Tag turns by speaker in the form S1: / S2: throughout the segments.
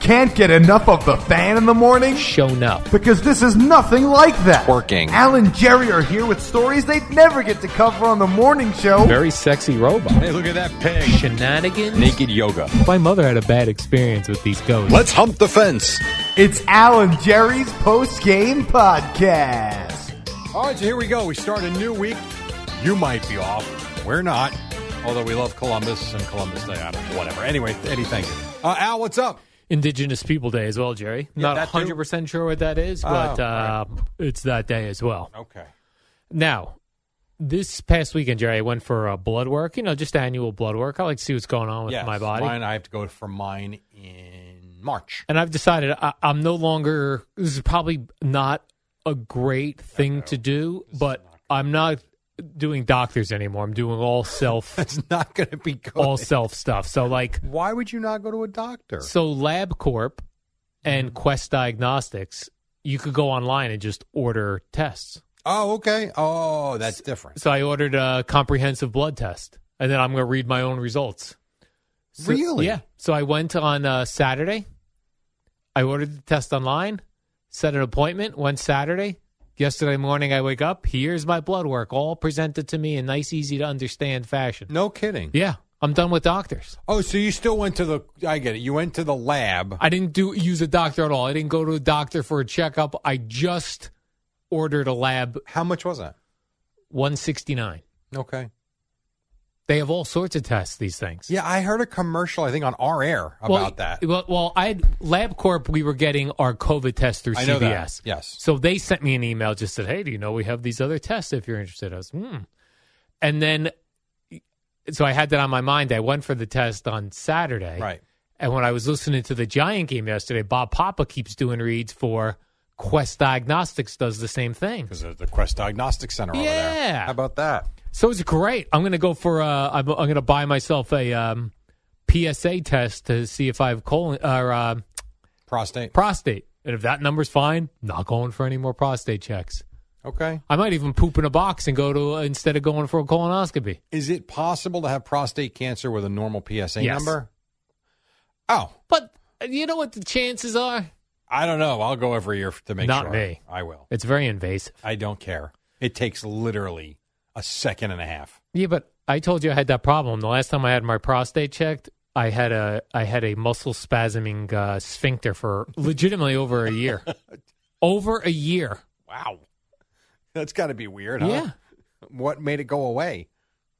S1: Can't get enough of the fan in the morning?
S2: Shown up.
S1: Because this is nothing like that.
S3: Working.
S1: Al and Jerry are here with stories they'd never get to cover on the morning show.
S2: Very sexy robot.
S3: Hey, look at that pig.
S2: Shenanigans.
S3: Naked yoga.
S2: My mother had a bad experience with these ghosts.
S3: Let's hump the fence.
S1: It's Al and Jerry's post game podcast.
S3: All right, so here we go. We start a new week. You might be off. We're not. Although we love Columbus and Columbus Day. I don't know, whatever. Anyway, Eddie, thank you. Uh, Al, what's up?
S2: Indigenous People Day as well, Jerry.
S3: Yeah,
S2: Not
S3: that too.
S2: 100% sure what that is, but
S3: Oh,
S2: uh, it's that day as well.
S3: Okay.
S2: Now, this past weekend, Jerry, I went for uh, blood work, you know, just annual blood work. I like to see what's going on with
S3: Yes,
S2: my body.
S3: Mine, I have to go for mine in March.
S2: And I've decided I, I'm no longer, this is probably not a great thing to do, but I'm not doing doctors anymore. I'm doing all self.
S3: That's not going to be good.
S2: all self stuff. So like
S3: Why would you not go to a doctor?
S2: so LabCorp and Quest Diagnostics, you could go online and just order tests.
S3: oh, okay. Oh, that's different.
S2: So I ordered a comprehensive blood test, and then I'm going to read my own results. So-
S3: Really?
S2: Yeah. So I went on uh, Saturday. I ordered the test online, set an appointment. Went Saturday. Yesterday morning, I wake up. Here's my blood work, all presented to me in nice, easy to understand fashion.
S3: No kidding.
S2: Yeah, I'm done with doctors.
S3: Oh, so you still went to the? I get it. You went to the lab.
S2: I didn't do use a doctor at all. I didn't go to a doctor for a checkup. I just ordered a lab
S3: How much was that?
S2: 169.
S3: Okay.
S2: They have all sorts of tests. These things.
S3: Yeah, I heard a commercial. I think on our air about
S2: Well,
S3: that.
S2: Well, well, I had LabCorp. We were getting our COVID test through
S3: I
S2: CVS.
S3: know that. Yes.
S2: So they sent me an email, just said, "Hey, do you know we have these other tests if you're interested?" I was, hmm. And then, so I had that on my mind. I went for the test on Saturday.
S3: Right.
S2: And when I was listening to the Giant game yesterday, Bob Papa keeps doing reads for Quest Diagnostics. Does the same thing.
S3: Because the Quest Diagnostic Center over there.
S2: Yeah.
S3: How about that?
S2: So it's great. I'm going to go for. Uh, I'm, I'm going to buy myself a um, PSA test to see if I have colon or uh,
S3: Prostate.
S2: prostate. And if that number's fine, not going for any more prostate checks.
S3: Okay.
S2: I might even poop in a box and go to instead of going for a colonoscopy.
S3: Is it possible to have prostate cancer with a normal PSA
S2: Yes.
S3: number? Oh,
S2: But uh, you know what the chances are?
S3: I don't know. I'll go every year to make
S2: Not
S3: sure.
S2: me.
S3: I will.
S2: It's very invasive.
S3: I don't care. It takes literally a second and a half.
S2: Yeah, but I told you I had that problem. The last time I had my prostate checked, I had a I had a muscle spasming uh, sphincter for legitimately over a year. over a year.
S3: Wow. That's got to be weird, huh?
S2: Yeah.
S3: What made it go away?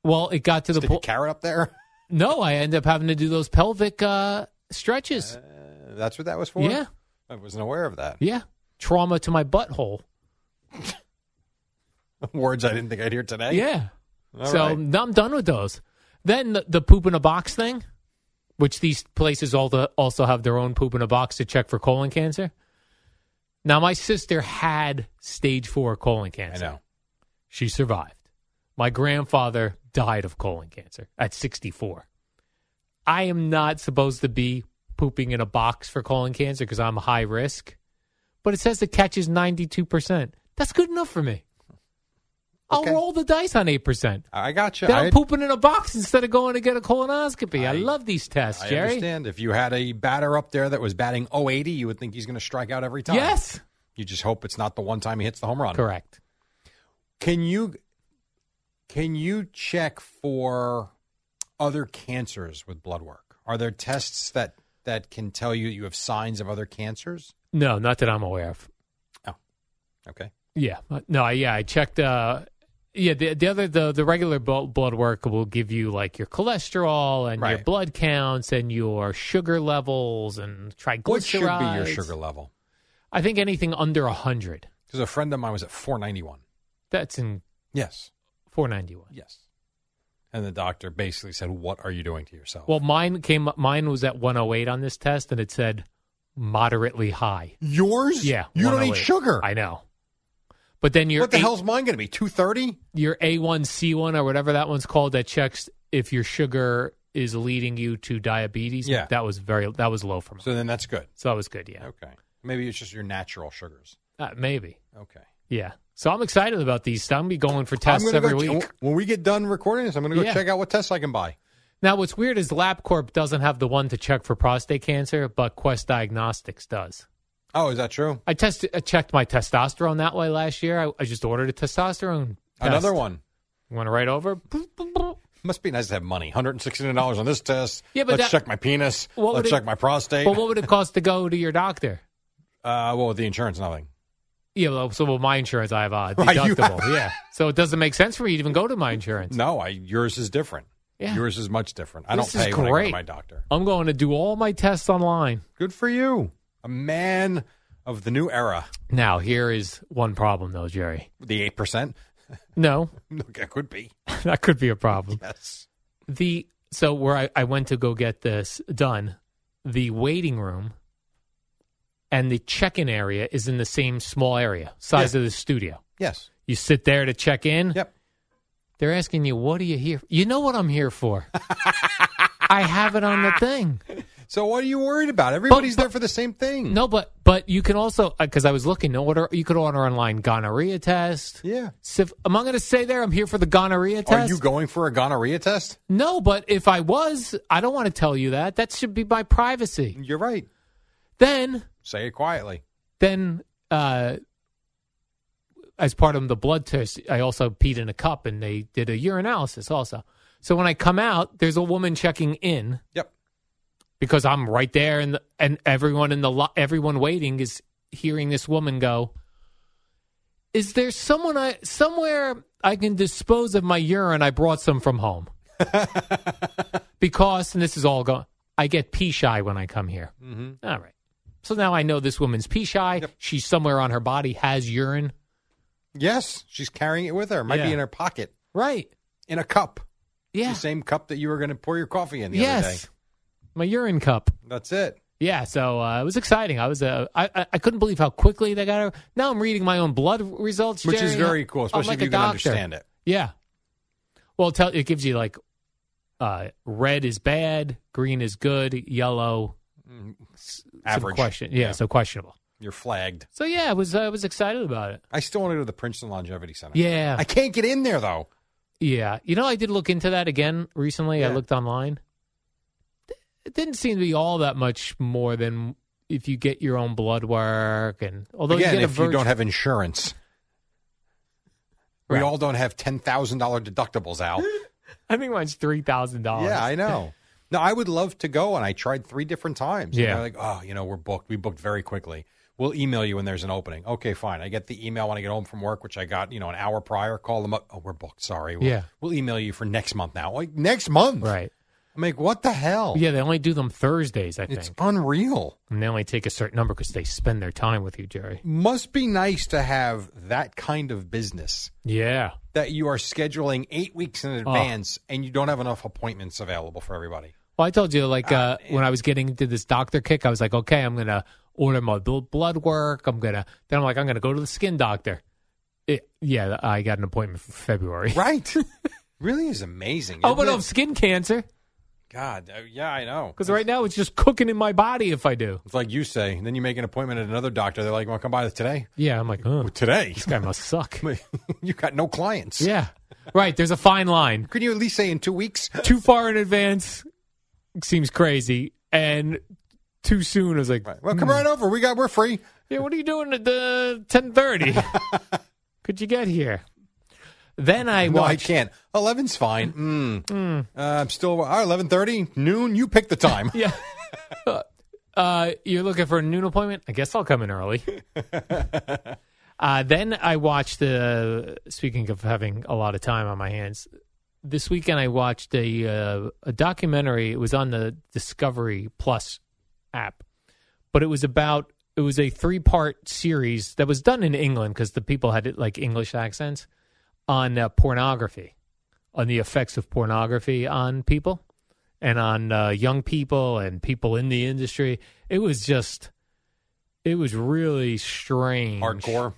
S2: Well, it got to the
S3: Stick a
S2: point.
S3: carrot up there?
S2: no, I ended up having to do those pelvic uh, stretches.
S3: That's what that was for?
S2: yeah,
S3: I wasn't aware of that.
S2: yeah. Trauma to my butthole.
S3: Words I didn't think I'd hear today.
S2: Yeah.
S3: All
S2: so
S3: right.
S2: now I'm done with those. Then the, the poop in a box thing, which these places all the, also have their own poop in a box to check for colon cancer. Now, my sister had stage four colon
S3: I
S2: cancer.
S3: know.
S2: She survived. My grandfather died of colon cancer at 64. I am not supposed to be pooping in a box for colon cancer because I'm high risk, but it says the catch is 92%. That's good enough for me.
S3: Okay.
S2: I'll roll the dice on 8%.
S3: I got you.
S2: Then I'm
S3: I,
S2: pooping in a box instead of going to get a colonoscopy. I,
S3: I-
S2: love these tests,
S3: I
S2: Jerry.
S3: understand. If you had a batter up there that was batting 080, you would think he's going to strike out every time.
S2: Yes.
S3: You just hope it's not the one time he hits the home run.
S2: Correct.
S3: Can you can you check for other cancers with blood work? Are there tests that that can tell you you have signs of other cancers?
S2: No, not that I'm aware of.
S3: Okay.
S2: Yeah. Uh, No, I- yeah, I checked uh yeah, the, the other the the regular blo- blood work will give you like your cholesterol and your
S3: Right.
S2: blood counts and your sugar levels and triglycerides.
S3: What should be your sugar level?
S2: I think anything under 100.
S3: Because a friend of mine was at 491.
S2: That's in
S3: Yes.
S2: 491.
S3: Yes. And the doctor basically said, "What are you doing to yourself?"
S2: Well, mine came mine was at 108 on this test and it said moderately high.
S3: yours?
S2: Yeah.
S3: You don't eat
S2: 108.
S3: sugar.
S2: I know. But then your
S3: what the
S2: A-
S3: hell's mine going to be? 230?
S2: your A1C1 or whatever that one's called that checks if your sugar is leading you to diabetes.
S3: Yeah.
S2: That was very that was low for me. So,
S3: So then that's good.
S2: that was good, yeah.
S3: Okay. Maybe it's just your natural sugars.
S2: Uh, maybe.
S3: Okay.
S2: Yeah. So I'm excited about these. I'm going to be going for
S3: I'm
S2: tests
S3: gonna
S2: every
S3: go
S2: week.
S3: ch- when we get done recording this, I'm going to go
S2: Yeah.
S3: check out what tests I can buy.
S2: now what's weird is LabCorp doesn't have the one to check for prostate cancer, but Quest Diagnostics does.
S3: Oh, is that true?
S2: I tested I checked my testosterone that way last year. I, I just ordered a testosterone. test.
S3: Another one.
S2: Went right over. Boop, boop, boop.
S3: Must be nice to have money. $169 on this test.
S2: Yeah, but
S3: Let's
S2: that-
S3: check my penis.
S2: What
S3: Let's
S2: would it-
S3: check my prostate.
S2: But what would it cost to go to your doctor?
S3: uh, well, with the insurance, nothing.
S2: Yeah, well, so well, my insurance I have uh,
S3: Right, you-
S2: deductible. yeah, so it doesn't make sense for me to even go to my insurance.
S3: No, I, yours is different.
S2: Yeah.
S3: Yours is much different. I
S2: This
S3: don't
S2: is
S3: pay when I go to
S2: great.
S3: my doctor.
S2: I'm going to do all my tests online.
S3: Good for you. A man of the new era.
S2: Now, here is one problem though, Jerry.
S3: The 8%?
S2: No,
S3: Look, it could be.
S2: that could be a problem.
S3: Yes.
S2: The so where I, I went to go get this done, the waiting room and the check-in area is in the same small area, size of the studio.
S3: Yes.
S2: You sit there to check in.
S3: Yep.
S2: They're asking you, "What are you here?" You know what I'm here for. I have it on the thing.
S3: So what are you worried about? Everybody's
S2: but-
S3: there for the same thing.
S2: No, but but you can also because I was looking to order. You could order online gonorrhea test.
S3: Yeah.
S2: Syph- am I going to say there? I'm here for the gonorrhea test.
S3: Are you going for a gonorrhea test?
S2: no, but if I was, I don't want to tell you that. That should be my privacy.
S3: You're right.
S2: Then
S3: Say it quietly.
S2: then uh, as part of the blood test, I also peed in a cup, and they did a urinalysis also. So when I come out, there's a woman checking in.
S3: Yep.
S2: because I'm right there, and and everyone in the lo- everyone waiting is hearing this woman go. Is there someone I somewhere I can dispose of my urine? I brought some from home because, and this is all gone. I get pee shy when I come here. Mm-hmm. right, so now I know this woman's pee shy. She's somewhere on her body has urine.
S3: Yes, she's carrying it with her. Might be
S2: Yeah.
S3: in her pocket
S2: Right?
S3: in a cup.
S2: Yeah.
S3: The same cup that you were going to pour your coffee in the other day.
S2: Yes. My urine cup.
S3: That's it.
S2: Yeah, so uh, it was exciting. I was uh, I, I I couldn't believe how quickly they got her. Now I'm reading my own blood results,
S3: Which is
S2: Jerry.
S3: very cool,
S2: I'm
S3: especially
S2: like
S3: if
S2: a
S3: you can
S2: doctor.
S3: understand it.
S2: Yeah. Well, tell, it gives you like uh, red is bad, green is good, yellow some
S3: Average.
S2: question. Yeah, so questionable.
S3: You're flagged.
S2: So yeah, I was I was excited about it.
S3: I still want to go to the Princeton Longevity Center.
S2: Yeah,
S3: I can't get in there though.
S2: yeah. You know, I did look into that again recently. I
S3: Yeah.
S2: looked online. It didn't seem to be all that much more than if you get your own blood work and although
S3: Again,
S2: you get a
S3: if you
S2: virg-
S3: don't have insurance.
S2: Right.
S3: We all don't have ten thousand dollar deductibles, Al.
S2: I think mine's three thousand dollars.
S3: Yeah, I know. No, I would love to go, and I tried three different times.
S2: Yeah.
S3: they're like, oh, you know, we're booked. We booked very quickly. We'll email you when there's an opening. Okay, fine. I get the email when I get home from work, which I got, you know, an hour prior. Call them up. Oh, we're booked. Sorry. We'll,
S2: Yeah.
S3: We'll email you for next month now. Like next month.
S2: Right.
S3: I'm like, what the hell?
S2: Yeah, they only do them Thursdays, I think,
S3: It's unreal.
S2: and they only take a certain number because they spend their time with you, Jerry.
S3: Must be nice to have that kind of business
S2: Yeah.
S3: that you are scheduling eight weeks
S2: Ah.
S3: in advance and you don't have enough appointments available for everybody.
S2: Well, I told you,
S3: Ah,
S2: like uh, when I was getting into this doctor kick, I was like, okay, I'm gonna order my bl- blood work. I'm gonna then I'm like, I'm gonna go to the skin doctor. It, yeah, I got an appointment for February.
S3: Right. really is amazing.
S2: Oh, but
S3: isn't it?
S2: of skin cancer,
S3: God. uh, Yeah, I know.
S2: because right now it's just cooking in my body if I do.
S3: It's like you say, and then you make an appointment at another doctor. They're like, "Want to come by today?"
S2: Yeah, I'm like, huh,
S3: Well, today,
S2: this guy must suck.
S3: you got no clients.
S2: yeah, right. There's a fine line.
S3: Could you at least say in two weeks?
S2: too far in advance seems crazy, and too soon I was like,
S3: Well, come right over. We got we're free.
S2: "Yeah, what are you doing at the ten thirty? Could you get here?" Then I
S3: No, I
S2: watched.
S3: can't. Eleven's fine.
S2: Hmm.
S3: Mm. Uh, I'm still eleven thirty noon. You pick the time.
S2: Yeah. uh, you're looking for a noon appointment? I guess I'll come in early. uh, then I watched the. Speaking of having a lot of time on my hands, this weekend I watched a uh, a documentary. It was on the Discovery Plus app, but it was about. It was a three part series that was done in England because the people had like English accents on uh, pornography, on the effects of pornography on people and on uh, young people and people in the industry. It was just, it was really strange.
S3: Hmm. Hardcore,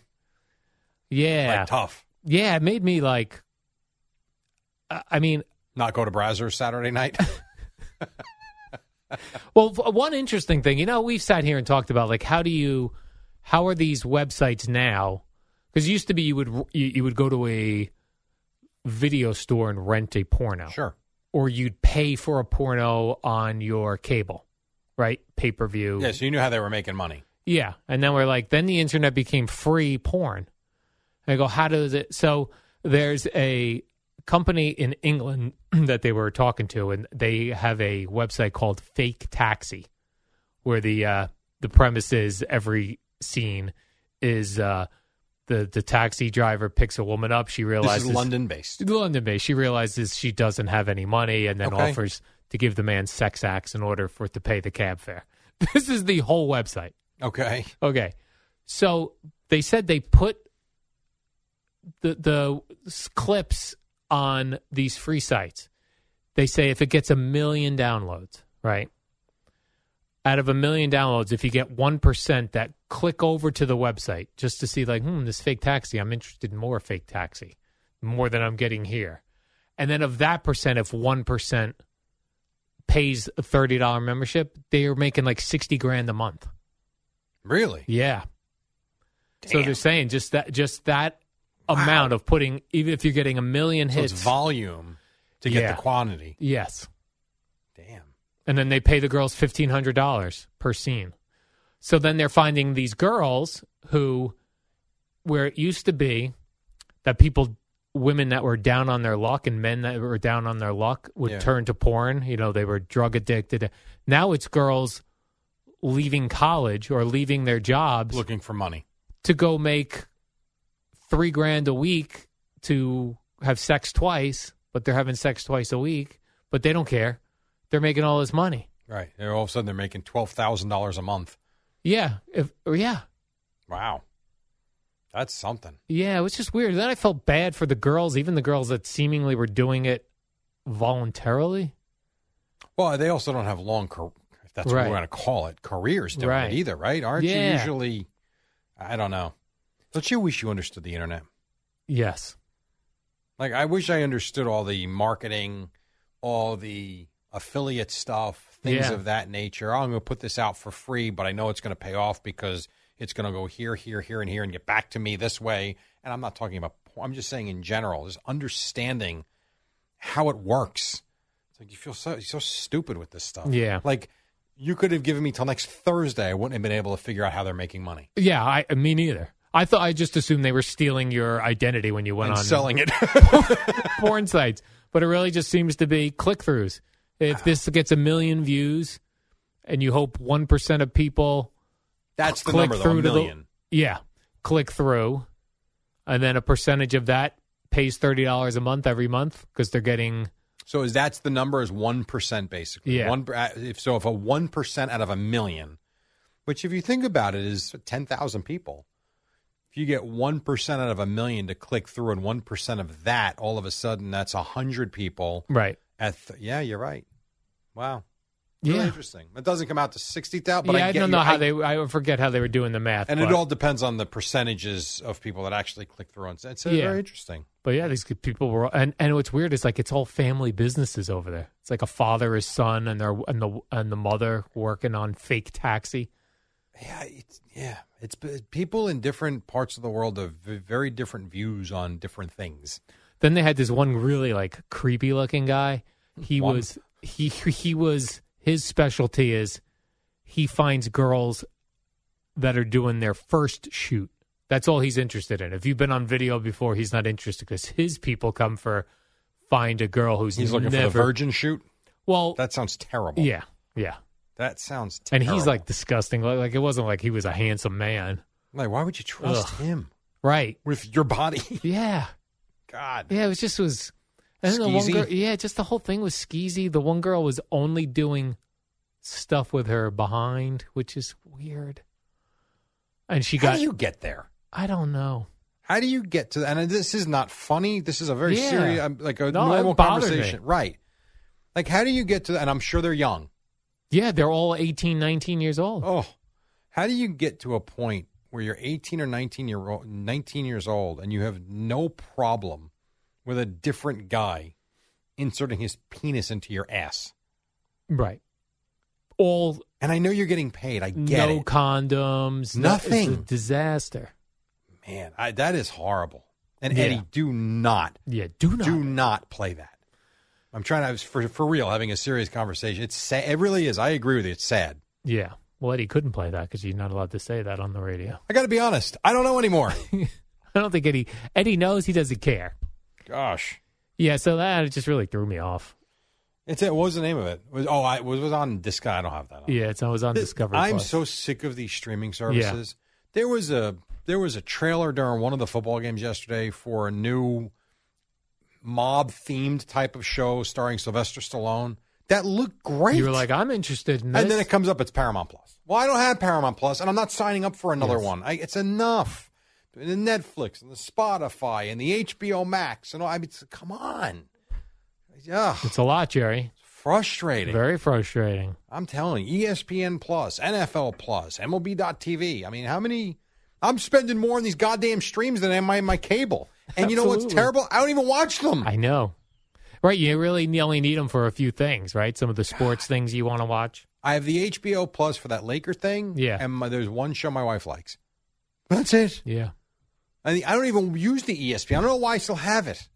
S2: Yeah.
S3: like tough.
S2: yeah. It made me like, I I mean,
S3: Not go to Brazzers Saturday night.
S2: Well, f- one interesting thing, you know, we've sat here and talked about like how do you, how are these websites now? Because used to be you would r- you, you would go to a video store and rent a porno,
S3: sure.
S2: or you'd pay for a porno on your cable, right? Pay per view.
S3: Yeah, so you knew how they were making money.
S2: Yeah, and then we're like, then the internet became free porn. And I go, how does it? So there's a company in England that they were talking to, and they have a website called Fake Taxi, where the uh, the premise is every scene is uh, the the taxi driver picks a woman up, she
S3: This
S2: realizes
S3: is London based.
S2: London based. She realizes she doesn't have any money and then
S3: Okay.
S2: offers to give the man sex acts in order for it to pay the cab fare. This is the whole website.
S3: Okay.
S2: Okay. So they said they put the the s- clips on these free sites. They say if it gets a million downloads, right? Out of a million downloads, if you get one percent that click over to the website just to see, like, hmm, this fake taxi, I'm interested in more fake taxi, more than I'm getting here. And then of that percent, if one percent pays a thirty dollar membership, they are making like sixty grand a month.
S3: Really?
S2: Yeah. So they're saying just that just that amount of putting even if you're getting a million
S3: So
S2: hits.
S3: it's volume to get
S2: Yeah.
S3: the quantity.
S2: yes.
S3: Damn.
S2: And then they pay the girls $1500 per scene. So then they're finding these girls who where it used to be that people women that were down on their luck and men that were down on their luck would
S3: Yeah.
S2: turn to porn, you know, they were drug addicted. Now it's girls leaving college or leaving their jobs
S3: Looking for money.
S2: to go make three grand a week to have sex twice, but they're having sex twice a week, but they don't care. They're making all this money.
S3: Right. And all of a sudden they're making twelve thousand dollars a month.
S2: Yeah. If, or yeah.
S3: Wow. That's something.
S2: Yeah. It was just weird. Then I felt bad for the girls, even the girls that seemingly were doing it voluntarily.
S3: Well, they also don't have long, car- if that's what
S2: Right.
S3: we want to call it, careers doing
S2: Right.
S3: it either, right? Aren't you
S2: Yeah.
S3: usually? I don't know. Don't you wish you understood the internet?
S2: Yes.
S3: Like I wish I understood all the marketing, all the affiliate stuff, things
S2: Yeah.
S3: of that nature. Oh, I'm going to put this out for free, but I know it's going to pay off because it's going to go here, here, here, and here, and get back to me this way. And I'm not talking about. por- I'm just saying in general, just understanding how it works. It's like you feel so so stupid with this stuff.
S2: Yeah.
S3: like you could have given me till next Thursday. I wouldn't have been able to figure out how they're making money
S2: Yeah. I, me neither. I thought I just assumed they were stealing your identity when you went
S3: and
S2: on
S3: selling it.
S2: porn sites, but it really just seems to be click throughs. If this gets a million views and you hope 1% of people,
S3: That's the
S2: Click
S3: number, though, a
S2: through to the-
S3: million.
S2: yeah, click through, and then a percentage of that pays $30 a month every month because they're getting,
S3: So is that's the number is one percent basically?
S2: Yeah.
S3: One per- uh, if so, if a one percent out of a million, which if you think about it is ten thousand people. If you get one percent out of a million to click through, and one percent of that, all of a sudden, that's a hundred people.
S2: right.
S3: At th- yeah, you're right. Wow, really
S2: Yeah.
S3: interesting. It doesn't come out to sixty thousand.
S2: yeah, I,
S3: I, get
S2: don't
S3: you.
S2: know how
S3: I-
S2: they, I forget how they were doing the math.
S3: And
S2: but,
S3: it all depends on the percentages of people that actually click through. On it's uh,
S2: Yeah.
S3: very interesting.
S2: but yeah, these people were, and, and what's weird is like it's all family businesses over there. It's like a father, his son, and their and the and the mother working on fake taxi.
S3: Yeah, it's yeah, it's people in different parts of the world have v- very different views on different things.
S2: Then they had this one really like creepy looking guy. He
S3: One.
S2: was he he was his specialty is he finds girls that are doing their first shoot That's all he's interested in. If you've been on video before, he's not interested because his people come for find a girl who's
S3: He's looking for the
S2: never-
S3: virgin shoot.
S2: Well,
S3: That sounds terrible.
S2: yeah, yeah.
S3: that sounds.
S2: And
S3: terrible.
S2: he's like disgusting. Like, like it wasn't like he was a handsome man,
S3: like, why would you trust
S2: Ugh.
S3: him
S2: right?
S3: with your body?
S2: Yeah,
S3: God,
S2: yeah. It was just was. And then the one
S3: Skeezy?
S2: girl, yeah, just the whole thing was skeezy. The one girl was only doing stuff with her behind, which is weird. And she
S3: how
S2: got,
S3: do you get there?
S2: I don't know.
S3: How do you get to that? And uh, this is not funny. This is a very
S2: Yeah.
S3: serious, um, like a
S2: No, it
S3: normal
S2: bothered me.
S3: conversation. Right. Like, how do you get to that? And I'm sure they're young.
S2: Yeah, they're all 18, 19 years old.
S3: Oh, how do you get to a point where you're 18 or 19 year old, 19 years old, and you have no problem with a different guy inserting his penis into your ass?
S2: Right. All
S3: And I know you're getting paid. I get
S2: no
S3: it,
S2: condoms, no- it's a
S3: Nothing.
S2: disaster.
S3: man. I, that is horrible. And
S2: Yeah.
S3: Eddie, do not,
S2: Yeah, do not.
S3: do not play that. I'm trying to I was for for real having a serious conversation. It's sad. It really is. I agree with you. It's sad.
S2: Yeah. Well, Eddie couldn't play that because you're not allowed to say that on the radio.
S3: I got to be honest. I don't know anymore.
S2: I don't think Eddie Eddie knows he doesn't care.
S3: Gosh,
S2: Yeah, so that just really threw me off.
S3: it's it. What was the name of it? It was- oh, I it was was on Discovery. I don't have that. On.
S2: Yeah, it's I was on
S3: Th-
S2: Discovery.
S3: I'm
S2: Plus.
S3: so sick of these streaming services. There was a there was a trailer during one of the football games yesterday for a new mob themed type of show starring Sylvester Stallone that looked great.
S2: you were like, I'm interested in this.
S3: and then it comes up it's Paramount Plus. Well, I don't have Paramount Plus, and I'm not signing up for another
S2: Yes.
S3: one. I, it's enough. And the Netflix and the Spotify and the HBO Max and all. I mean, it's- come on. Yeah,
S2: it's a lot, Jerry.
S3: frustrating.
S2: Very frustrating.
S3: I'm telling you, E ESPN Plus, NFL Plus, MLB.TV. I mean, how many? I'm spending more on these goddamn streams than I am on my cable. And you know what's
S2: Absolutely.
S3: terrible? I don't even watch them.
S2: I know. Right, you really ne- only need them for a few things, right? Some of the sports things you want to watch.
S3: I have the HBO Plus for that Laker thing.
S2: Yeah.
S3: And my, there's one show my wife likes. That's it.
S2: Yeah.
S3: I, mean, I don't even use the E ESPN. I don't know why I still have it.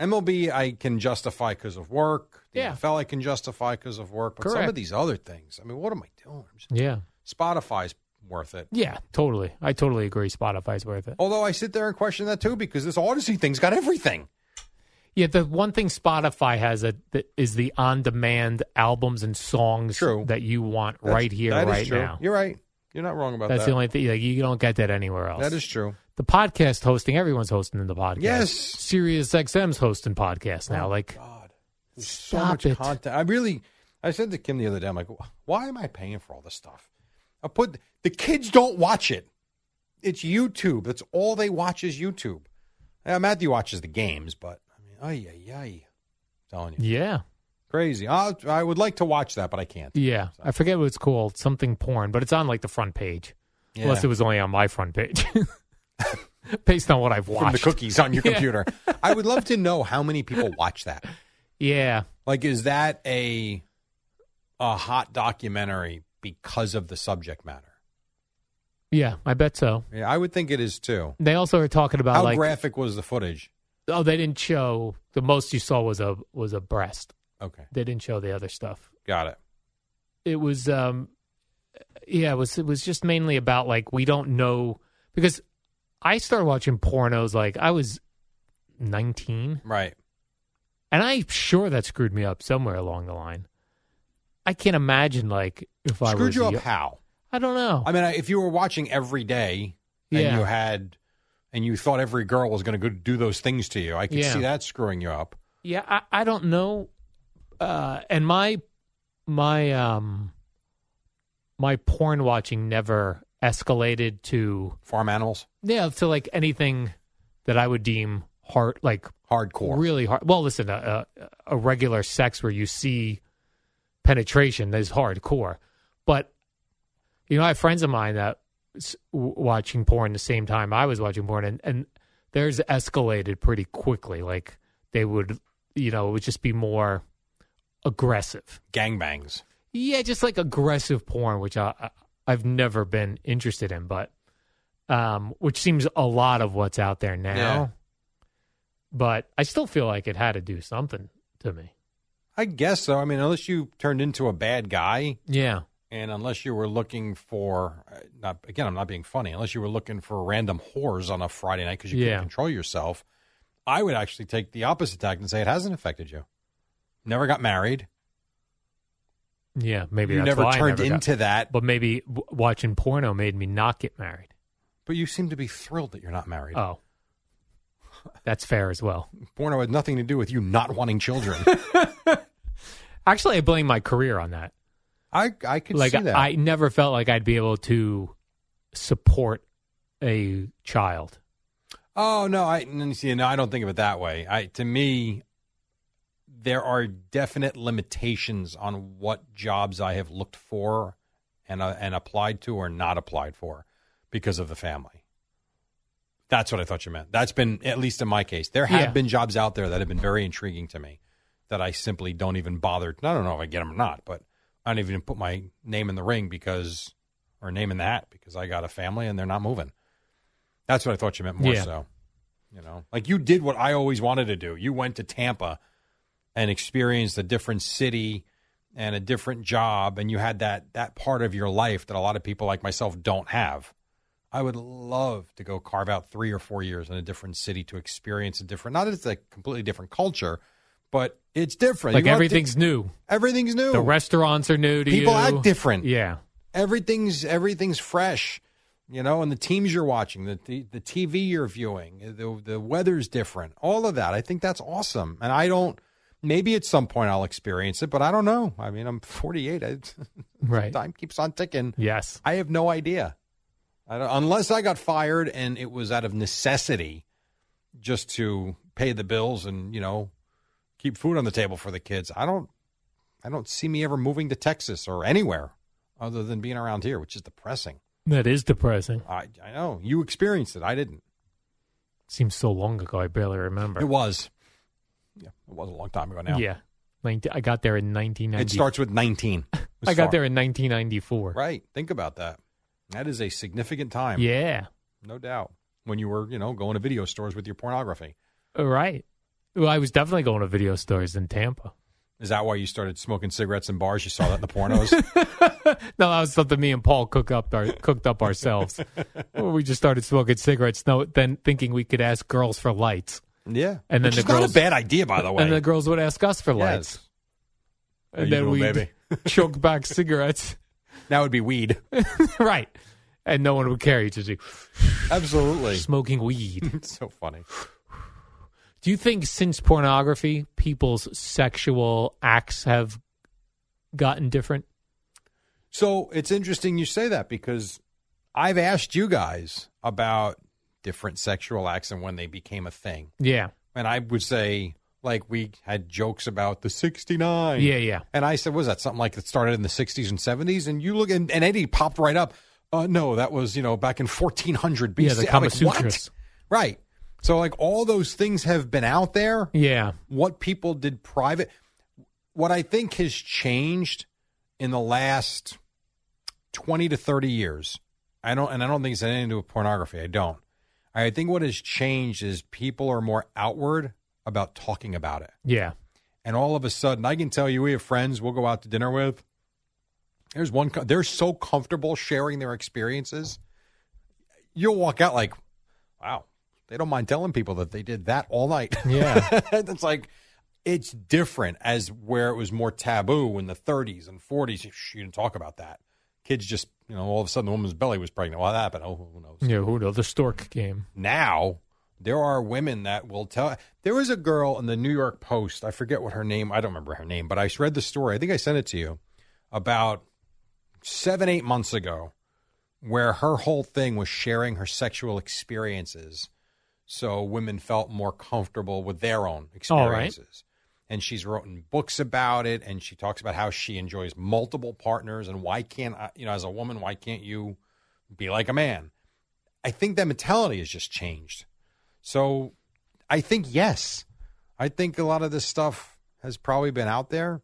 S3: MLB I can justify because of work. The
S2: Yeah.
S3: NFL I can justify because of work. But some
S2: Correct.
S3: of these other things, I mean, what am I doing? I'm just-
S2: Yeah.
S3: Spotify's worth it.
S2: Yeah, totally. I totally agree. Spotify's worth it.
S3: Although I sit there and question that too because this Odyssey thing's got everything.
S2: Yeah, the one thing Spotify has a, that is the on-demand albums and songs
S3: True.
S2: that you want
S3: That's-
S2: right here,
S3: that is
S2: right
S3: true.
S2: now.
S3: You're right. You're not wrong about
S2: That's
S3: that.
S2: the only thing. Like, you don't get that anywhere else.
S3: That is true.
S2: the podcast hosting. Everyone's hosting the podcast.
S3: Yes. Oh
S2: Sirius XM's hosting podcasts now. like,
S3: God, there's so
S2: stop
S3: much
S2: it.
S3: content. I really, I said to Kim the other day, I'm like, why am I paying for all this stuff? I put the kids don't watch it. It's YouTube. That's all they watch is YouTube. Yeah, Matthew watches the games, but I mean, ay, ay, ay. I'm telling you,
S2: Yeah,
S3: crazy. i I would like to watch that, but I can't.
S2: yeah. I forget what it's called. Something porn, but it's on like the front page. Unless it was only on my front page, based on what I've watched.
S3: from the cookies on your computer. I would love to know how many people watch that.
S2: Yeah,
S3: Like, is that a a hot documentary because of the subject matter?
S2: yeah. I bet so.
S3: Yeah, I would think it is too.
S2: They also are talking about
S3: How
S2: like,
S3: graphic was the footage?
S2: oh, they didn't show the most you saw was a was a breast.
S3: Okay,
S2: They didn't show the other stuff.
S3: got it.
S2: it was um yeah it was it was just mainly about like we don't know because i started watching pornos like i was 19
S3: Right.
S2: and i'm sure that screwed me up somewhere along the line i can't imagine like if i
S3: Screwed
S2: was
S3: you
S2: a
S3: up
S2: yo-
S3: how?
S2: i don't know
S3: I mean, I- if you were watching every day and
S2: Yeah.
S3: you had and you thought every girl was going to go do those things to you, I could
S2: Yeah.
S3: see that screwing you up.
S2: yeah i, I don't know uh and my my um my porn watching never escalated to
S3: Farm animals,
S2: yeah to like anything that i would deem heart like
S3: hardcore.
S2: Really hard. Well, listen, a, a, a regular sex where you see penetration is hardcore, but you know, I have friends of mine that s- w- watching porn the same time I was watching porn, and and theirs escalated pretty quickly. Like they would, you know, it would just be more aggressive.
S3: Gangbangs.
S2: Yeah, just like aggressive porn, which I, I I've never been interested in, but um, which seems a lot of what's out there now.
S3: Yeah.
S2: But I still feel like it had to do something to me.
S3: I guess so. I mean, unless you turned into a bad guy
S2: Yeah,
S3: And unless you were looking for, uh, not again, I'm not being funny. Unless you were looking for random whores on a Friday night because you
S2: Yeah.
S3: can't control yourself, I would actually take the opposite tack and say it hasn't affected you. Never got married.
S2: Yeah, maybe
S3: you
S2: that's
S3: never
S2: why I
S3: turned
S2: never got-
S3: into that. But,
S2: But maybe w- watching porno made me not get married.
S3: you seem to be thrilled that you're not married.
S2: Oh, that's fair as well.
S3: Porno had nothing to do with you not wanting children.
S2: Actually, I blame my career on that.
S3: I I could
S2: like
S3: see that.
S2: I never felt like I'd be able to support a child.
S3: Oh no, I n- see. No, I don't think of it that way. I to me, there are definite limitations on what jobs I have looked for and uh, and applied to or not applied for because of the family. That's what I thought you meant. That's been at least in my case. There have
S2: Yeah.
S3: been jobs out there that have been very intriguing to me that I simply don't even bother. I don't know if I get them or not, but I don't even put my name in the ring because or name in the hat because I got a family and they're not moving. That's what I thought you meant more
S2: Yeah.
S3: so. You know, like you did what I always wanted to do. You went to Tampa and experienced a different city and a different job, and you had that that part of your life that a lot of people like myself don't have. I would love to go carve out three or four years in a different city to experience a different. Not that it's a completely different culture, but it's different.
S2: Like
S3: You have to-
S2: everything's new.
S3: everything's new.
S2: The restaurants are new to
S3: People
S2: you.
S3: act different
S2: Yeah,
S3: everything's everything's fresh you know and the teams you're watching the the, the tv you're viewing the, the weather's different all of that i think that's awesome and i don't maybe at some point i'll experience it but i don't know i mean i'm 48 I,
S2: right.
S3: time keeps on ticking
S2: Yes.
S3: i have no idea I don't, unless i got fired and it was out of necessity just to pay the bills and you know keep food on the table for the kids i don't i don't see me ever moving to texas or anywhere other than being around here which is depressing
S2: That is depressing.
S3: I, I know you experienced it. I didn't.
S2: Seems so long ago. I barely remember.
S3: It was, yeah, it was a long time ago now.
S2: Yeah. 19, I got there in 1990.
S3: it starts with nineteen.
S2: I got there in 1994.
S3: right. Think about that. That is a significant time.
S2: Yeah.
S3: no doubt. When you were, you know, going to video stores with your pornography,
S2: Right. Well, I was definitely going to video stores in Tampa.
S3: is that why you started smoking cigarettes in bars? You saw that in the pornos.
S2: No, that was something me and Paul cook up our, cooked up ourselves. Well, we just started smoking cigarettes. No, then thinking we could ask girls for lights,
S3: yeah,
S2: And then
S3: Which
S2: the
S3: is not a
S2: girls-
S3: bad idea, by the way.
S2: and the girls would ask us for
S3: yes.
S2: lights,
S3: How
S2: and
S3: you
S2: then
S3: doing,
S2: we
S3: baby?
S2: choke back cigarettes.
S3: That would be weed.
S2: right, and no one would care. You just be
S3: Absolutely.
S2: smoking weed.
S3: It's so funny.
S2: Do you think since pornography, people's sexual acts have gotten different?
S3: So it's interesting you say that because I've asked you guys about different sexual acts and when they became a thing.
S2: Yeah,
S3: And I would say, like, we had jokes about the 69.
S2: yeah, yeah.
S3: And I said, was that something like that started in the 60s and 70s? And you look, and, and Eddie popped right up. Uh, no, that was, you know, back in 1400 BC.
S2: Yeah, the
S3: I'm
S2: Kama
S3: like,
S2: Sutras.
S3: What? Right. So, like, all those things have been out there
S2: Yeah,
S3: what people did private. What I think has changed in the last 20 to 30 years, I don't, and I don't think it's anything to do with pornography. I don't. I think what has changed is people are more outward about talking about it.
S2: yeah.
S3: And all of a sudden, I can tell you, we have friends we'll go out to dinner with. There's one, co- they're so comfortable sharing their experiences. You'll walk out like, wow, they don't mind telling people that they did that all night.
S2: Yeah.
S3: it's like, it's different as where it was more taboo in the 30s and 40s. Shh, You didn't talk about that. Kids just, you know, all of a sudden the woman's belly was pregnant. Well, that happened. Oh, who knows?
S2: Yeah, who knows? The stork game.
S3: now there are women that will tell there was a girl in the new york post i forget what her name i don't remember her name but i read the story i think i sent it to you about seven eight months ago where her whole thing was sharing her sexual experiences so women felt more comfortable with their own
S2: All right.
S3: experiences and she's written books about it and she talks about how she enjoys multiple partners and why can't I, you know as a woman why can't you be like a man i think that mentality has just changed so i think yes i think a lot of this stuff has probably been out there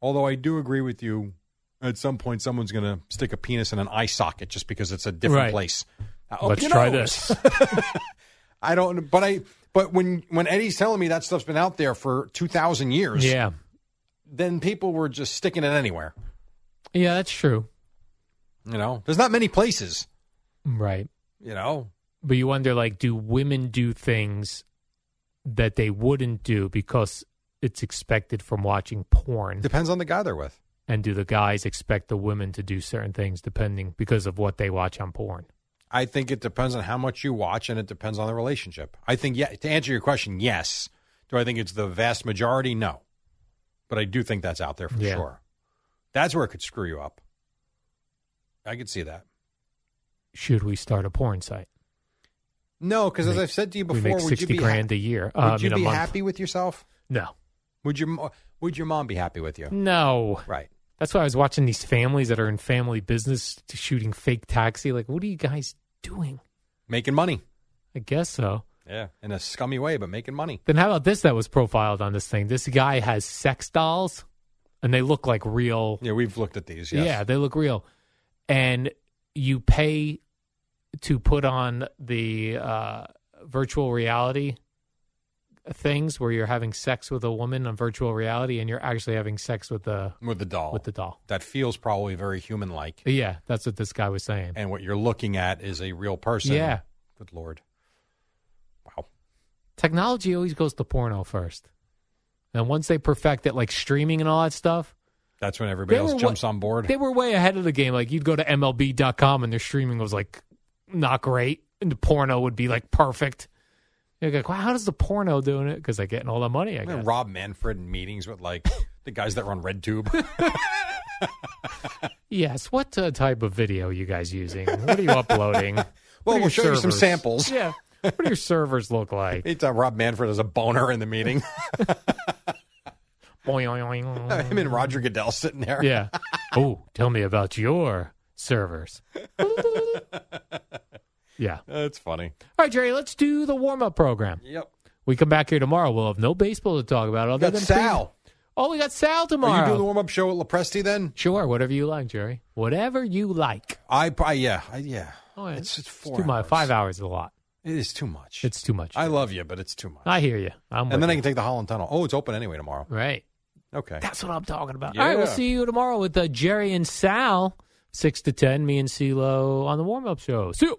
S3: although i do agree with you at some point someone's going to stick a penis in an eye socket just because it's a different
S2: Right.
S3: place Oh,
S2: Let's
S3: you
S2: try
S3: know.
S2: this.
S3: i don't but i but when when eddie's telling me that stuff's been out there for 2000 years
S2: yeah.
S3: then people were just sticking it anywhere.
S2: Yeah, that's true.
S3: You know, there's not many places.
S2: Right.
S3: You know,
S2: But you wonder, like, do women do things that they wouldn't do because it's expected from watching porn?
S3: depends on the guy they're with.
S2: and do the guys expect the women to do certain things depending because of what they watch on porn?
S3: I think it depends on how much you watch, and it depends on the relationship. I think, yeah, to answer your question, yes. Do I think it's the vast majority? No, but I do think that's out there for
S2: Yeah.
S3: sure. That's where it could screw you up. I could see that.
S2: Should we start a porn site?
S3: No, because as
S2: Make-
S3: I've said to you
S2: we
S3: before,
S2: make
S3: would you
S2: sixty
S3: be ha-
S2: grand a year.
S3: Would
S2: uh, I
S3: you
S2: mean, a
S3: be
S2: month.
S3: happy with yourself?
S2: No,
S3: Would your mo- would your mom be happy with you?
S2: no.
S3: Right.
S2: That's why I was watching these families that are in family business to shooting fake taxi. Like, what are you guys doing?
S3: Making money.
S2: I guess so.
S3: Yeah. In a scummy way, but making money.
S2: Then how about this? That was profiled on this thing. This guy has sex dolls, and they look like real
S3: Yeah, we've looked at these. Yes.
S2: Yeah, they look real. And you pay to put on the uh, virtual reality things where you're having sex with a woman on virtual reality and you're actually having sex with the
S3: With the doll.
S2: with the doll.
S3: that feels probably very human like.
S2: Yeah, that's what this guy was saying.
S3: And what you're looking at is a real person.
S2: Yeah.
S3: Good Lord. Wow.
S2: Technology always goes to porno first. And once they perfect it like streaming and all that stuff,
S3: That's when everybody
S2: They
S3: else
S2: were
S3: jumps
S2: wa-
S3: on board.
S2: they were way ahead of the game. Like you'd go to MLB.com and their streaming was like not great, and the porno would be like perfect. You're like, wow, how does the porno doing it? Because they're getting all the money. I
S3: And
S2: guess.
S3: Rob Manfred in meetings with like the guys that run RedTube.
S2: Yes. What uh, type of video are you guys using? What are you uploading? well,
S3: we'll show you some samples.
S2: Yeah. What do your servers look like?
S3: Anytime uh, Rob Manfred has a boner in the meeting,
S2: Boing, boing, boing.
S3: him and Roger Goodell sitting there.
S2: yeah. Oh, tell me about your servers. yeah.
S3: That's funny.
S2: All right, Jerry. Let's do the warm up program.
S3: Yep.
S2: We come back here tomorrow. We'll have no baseball to talk about other
S3: That's
S2: than pre-
S3: Sal.
S2: Oh, we got Sal
S3: Are
S2: tomorrow.
S3: you doing the warm up show at Lepresti then?
S2: sure, whatever you like, Jerry. Whatever you like.
S3: I, I yeah, I, yeah.
S2: Oh,
S3: it's, it's four
S2: too much.
S3: hours.
S2: Five hours is a lot.
S3: It is too much.
S2: It's too much.
S3: I love you, but it's too much.
S2: I hear you. I'm
S3: and then I
S2: with
S3: can take the Holland Tunnel. Oh, it's open anyway tomorrow.
S2: you. right.
S3: Okay.
S2: That's what I'm talking about. All right, we'll
S3: Yeah.
S2: see you tomorrow with uh, Jerry and Sal, six to ten. Me and CeeLo on the warm up show. See you.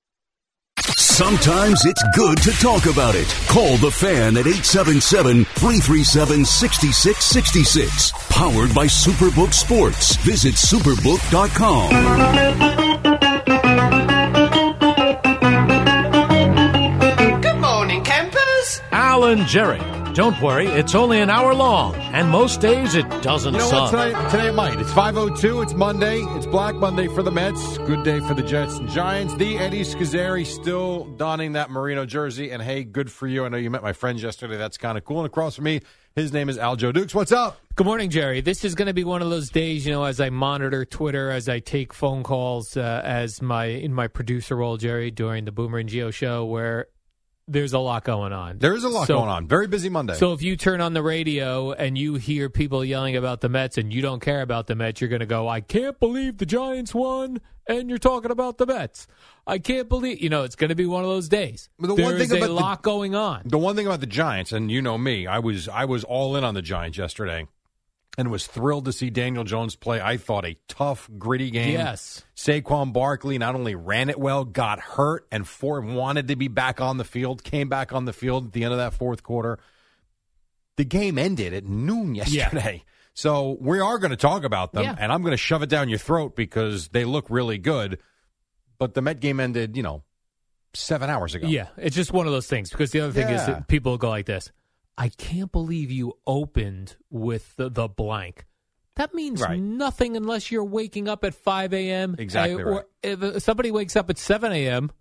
S4: Sometimes it's good to talk about it. Call the fan at 877 337 6666. Powered by Superbook Sports. Visit superbook.com.
S5: Good morning, campers.
S6: Alan Jerry. Don't worry, it's only an hour long, and most days it doesn't
S3: You know
S6: suck.
S3: what? Tonight, today it might. It's 5.02. It's Monday. It's Black Monday for the Mets. Good day for the Jets and Giants. The Eddie Scazzeri still donning that Merino jersey. And hey, good for you. I know you met my friends yesterday. That's kind of cool. And across from me, his name is Aljo Dukes. What's up?
S2: Good morning, Jerry. This is going to be one of those days, you know, as I monitor Twitter, as I take phone calls, uh, as my in my producer role, Jerry, during the Boomer and Geo show, where there's a lot going on.
S3: There is a lot
S2: So-
S3: going on. Very busy Monday.
S2: So if you turn on the radio and you hear people yelling about the Mets and you don't care about the Mets, you're going to go, I can't believe the Giants won and you're talking about the Mets. I can't believe, you know, it's going to be one of those days.
S3: But the
S2: There
S3: one thing
S2: is a
S3: about the-
S2: lot going on.
S3: The one thing about the Giants, and you know me, I was I was all in on the Giants yesterday, and was thrilled to see Daniel Jones play. I thought a tough, gritty game.
S2: Yes.
S3: Saquon Barkley not only ran it well, got hurt, and for wanted to be back on the field, came back on the field at the end of that fourth quarter. The game ended at noon yesterday. So we are going to talk about them,
S2: Yeah.
S3: and I'm going to shove it down your throat because they look really good. But the Met game ended, you know, seven hours ago.
S2: Yeah, it's just one of those things because the other thing is
S3: Yeah.
S2: that people go like this. I can't believe you opened with the, the blank. That means
S3: Right.
S2: nothing unless you're waking up at 5 a.m.
S3: Exactly
S2: Uh,
S3: right.
S2: Or if uh, somebody wakes up at 7 a.m.,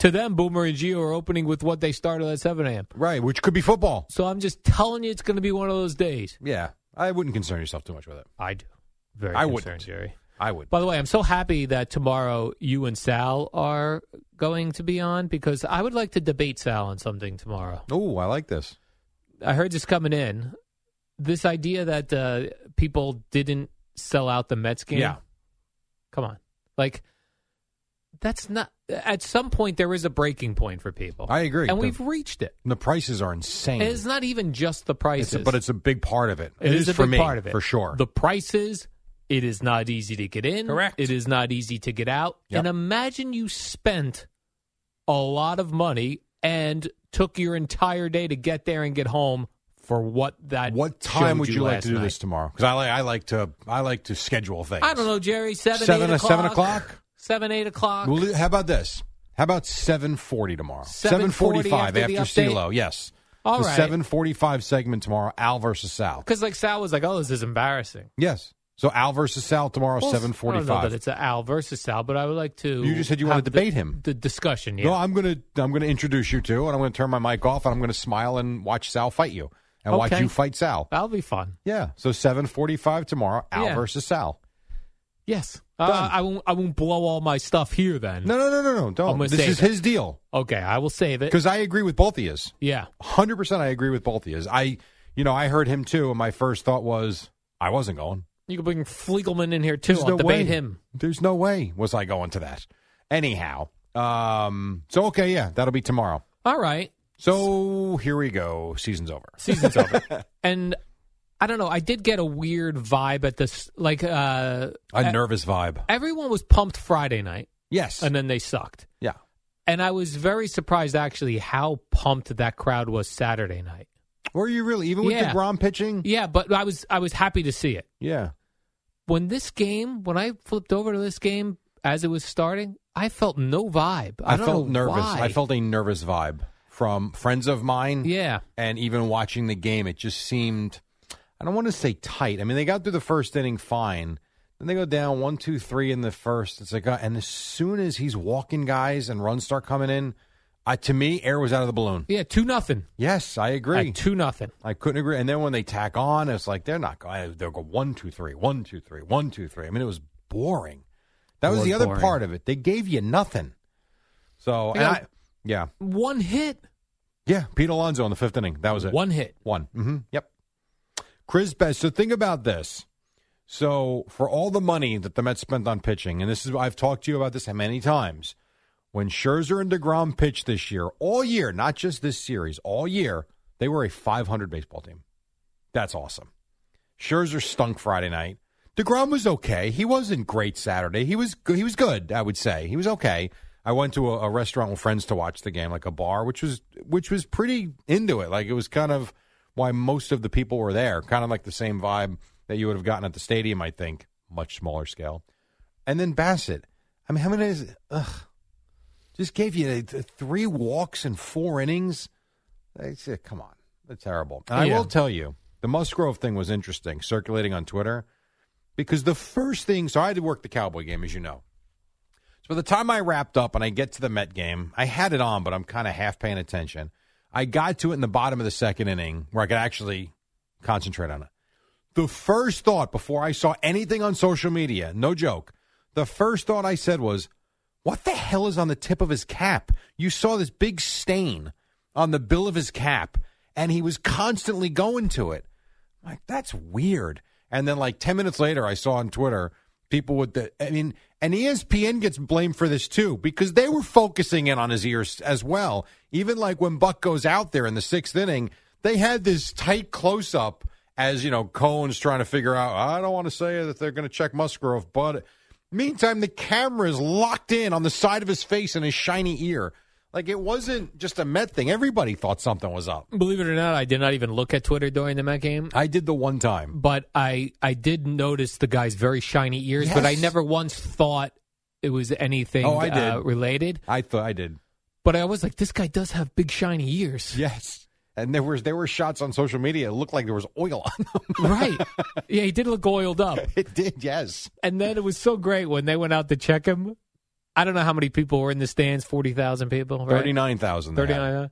S2: to them, Boomer and Gio are opening with what they started at 7 a.m.
S3: Right, which could be football.
S2: So I'm just telling you, it's going to be one of those days.
S3: Yeah, I wouldn't concern yourself too much with it.
S2: I do. Very
S3: I
S2: concerned,
S3: wouldn't.
S2: Jerry.
S3: I would.
S2: By the way, I'm so happy that tomorrow you and Sal are going to be on because I would like to debate Sal on something tomorrow.
S3: Oh, I like this.
S2: I heard this coming in. This idea that uh, people didn't sell out the Mets game.
S3: Yeah.
S2: Come on. Like, that's not. At some point, there is a breaking point for people.
S3: I agree.
S2: And
S3: The-
S2: we've reached it.
S3: The prices are insane.
S2: And it's not even just the prices.
S3: It's a- but it's a big part of it.
S2: It is, a
S3: for
S2: big
S3: me,
S2: part of it
S3: for sure.
S2: The prices. It is not easy to get in.
S3: Correct.
S2: It is not easy to get out.
S3: Yep.
S2: And imagine you spent a lot of money and took your entire day to get there and get home for what that.
S3: what time
S2: showed
S3: would you, like
S2: last
S3: to do
S2: night.
S3: this tomorrow? Because I like I like to I like to schedule things.
S2: I don't know, Jerry. Seven,
S3: Seven
S2: eight
S3: o-
S2: o'clock.
S3: seven o'clock?
S2: Seven, eight o'clock.
S3: Well, how about this? How about seven forty tomorrow?
S2: 7:40
S3: 7:45
S2: after the
S3: after
S2: update?
S3: CeeLo, Yes.
S2: All
S3: the
S2: right.
S3: seven forty five segment tomorrow. Al versus Sal.
S2: Because like Sal was like, "Oh, this is embarrassing."
S3: Yes. So Al versus Sal tomorrow
S2: Well,
S3: seven
S2: I
S3: forty
S2: don't know that
S3: five.
S2: it's a Al versus Sal, but I would like to.
S3: You just said you wanna
S2: have the-
S3: debate him.
S2: The discussion, yeah.
S3: No, I'm gonna I'm gonna introduce you to, and I'm gonna turn my mic off, and I'm gonna smile and watch Sal fight you, and watch
S2: Okay.
S3: you fight Sal.
S2: That'll be fun.
S3: Yeah. So seven forty five tomorrow. Al
S2: Yeah.
S3: versus Sal.
S2: Yes, uh,
S3: Done.
S2: I won't. I won't blow all my stuff here then.
S3: No, no, no, no, no. Don't.
S2: gonna
S3: This
S2: save
S3: is
S2: it.
S3: his deal.
S2: Okay, I will save it.
S3: Because I agree with both of you.
S2: Yeah,
S3: Hundred percent, I agree with both of you. I, you know, I heard him too, and my first thought was I wasn't going.
S2: you can bring Fliegelman in here too.
S3: There's
S2: I'll
S3: no
S2: debate
S3: way.
S2: him.
S3: There's no way was I going to that. Anyhow, um, so okay, yeah, that'll be tomorrow.
S2: All right,
S3: So here we go. Season's over.
S2: season's over. And I don't know. I did get a weird vibe at this. Like uh,
S3: A nervous vibe.
S2: everyone was pumped Friday night,
S3: Yes.
S2: and then they sucked.
S3: Yeah.
S2: And I was very surprised actually how pumped that crowd was Saturday night.
S3: Were you really even with
S2: Yeah.
S3: the Grom pitching?
S2: Yeah, but I was I was happy to see it.
S3: Yeah.
S2: When this game, when I flipped over to this game as it was starting, I felt no vibe. I,
S3: I,
S2: don't
S3: felt
S2: know
S3: nervous.
S2: why.
S3: I felt a nervous vibe from friends of mine.
S2: yeah.
S3: and even watching the game, it just seemed I don't want to say tight. I mean, they got through the first inning fine. Then they go down one, two, three in the first. It's like, uh, and as soon as he's walking guys and runs start coming in, I, to me, air was out of the balloon.
S2: Yeah, two nothing.
S3: Yes, I agree.
S2: At two nothing.
S3: I couldn't agree. And then when they tack on, it's like they're not going. They'll go one, two, three, one, two, three, one, two, three. I mean, it was boring. That was
S2: Bored,
S3: the other
S2: boring.
S3: part of it. They gave you nothing. So,
S2: They
S3: and
S2: got-
S3: I- yeah,
S2: One hit.
S3: yeah. Pete Alonso in the fifth inning. That was it.
S2: One hit.
S3: One. Mm-hmm. Yep. Chris Best. So think about this. So for all the money that the Mets spent on pitching, and this is I've talked to you about this many times. When Scherzer and Degrom pitched this year, all year, not just this series, all year, they were a 500 baseball team. That's awesome. Scherzer stunk Friday night. Degrom was okay. He wasn't great Saturday. He was good. he was good. I would say he was okay. I went to a, a restaurant with friends to watch the game, like a bar, which was which was pretty into it. Like it was kind of why most of the people were there, kind of like the same vibe that you would have gotten at the stadium. I think much smaller scale. And then Bassett. I mean, how many is ugh, just gave you uh, th- three walks and four innings? I said, come on, that's terrible. And I
S2: Yeah.
S3: will tell you, the Musgrove thing was interesting, circulating on Twitter, because the first thing. So I had to work the Cowboy game, as you know. So by the time I wrapped up and I get to the Met game, I had it on, but I'm kind of half paying attention. I got to it in the bottom of the second inning where I could actually concentrate on it. The first thought before I saw anything on social media, no joke, the first thought I said was, What the hell is on the tip of his cap? You saw this big stain on the bill of his cap, and he was constantly going to it. I'm like, that's weird. And then, like, 10 minutes later, I saw on Twitter people with the, I mean, and E ESPN gets blamed for this too because they were focusing in on his ears as well. Even like when Buck goes out there in the sixth inning, they had this tight close up as, you know, Cohen's trying to figure out, I don't want to say that they're going to check Musgrove, but meantime, the camera is locked in on the side of his face and his shiny ear. Like it wasn't just a Met thing. Everybody thought something was up.
S2: Believe it or not, I did not even look at Twitter during the Met game.
S3: I did the one time.
S2: but I I did notice the guy's very shiny ears, but I
S3: Yes.
S2: never once thought it was anything
S3: Oh, I
S2: Uh,
S3: did.
S2: related.
S3: I thought I did.
S2: But I was like, this guy does have big shiny ears,
S3: Yes. And there was there were shots on social media. It looked like there was oil on them.
S2: right? Yeah, he did look oiled up.
S3: It did. Yes.
S2: And then it was so great when they went out to check him. I don't know how many people were in the stands, forty thousand people, right?
S3: Thirty nine thousand.
S2: 39, uh,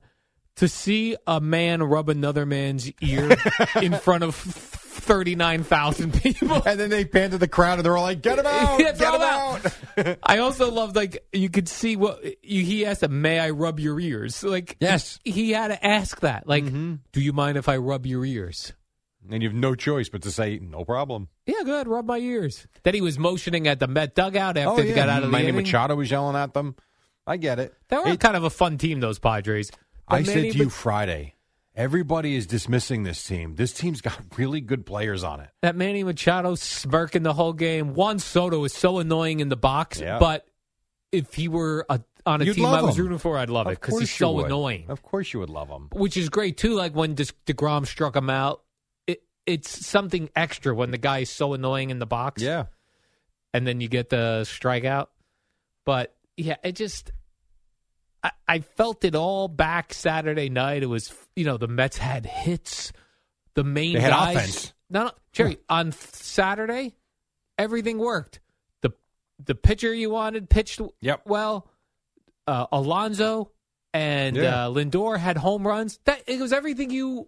S2: To see a man rub another man's ear in front of thirty nine thousand people.
S3: And then they panned to the crowd and they're all like, "Get him out!
S2: Yeah,
S3: get
S2: throw
S3: him
S2: him out."
S3: out!"
S2: I also loved like you could see what you, he asked him, "May I rub your ears?" Like
S3: Yes.
S2: he, he had to ask that. Like,
S3: Mm-hmm.
S2: do you mind if I rub your ears?
S3: and you have no choice but to say, "No problem."
S2: Yeah, go ahead, rub my ears. Then he was motioning at the Met dugout after
S3: Oh,
S2: he
S3: yeah.
S2: got out of the
S3: Manny
S2: inning.
S3: Machado was yelling at them. I get it.
S2: They were
S3: It-
S2: kind of a fun team, those Padres. But
S3: I
S2: Manny
S3: said to you
S2: Mach-
S3: Friday, everybody is dismissing this team. This team's got really good players on it.
S2: that Manny Machado smirking the whole game. Juan Soto is so annoying in the box,
S3: Yeah.
S2: but if he were a, on a
S3: You'd
S2: team I
S3: love
S2: was
S3: him.
S2: rooting for, I'd love it because
S3: course
S2: he's
S3: you
S2: so
S3: would.
S2: annoying.
S3: Of course you would love them.
S2: which is great too. Like when De- Degrom struck him out, it, it's something extra when the guy is so annoying in the box,
S3: Yeah.
S2: and then you get the strikeout. But yeah, it just I, I felt it all back Saturday night. It was you know the Mets had hits, the main
S3: They had
S2: guys.
S3: offense.
S2: No, no, Jerry. On Saturday, everything worked. the The pitcher you wanted pitched
S3: Yep.
S2: well. Uh, Alonzo and
S3: Yeah.
S2: uh, Lindor had home runs. That it was everything you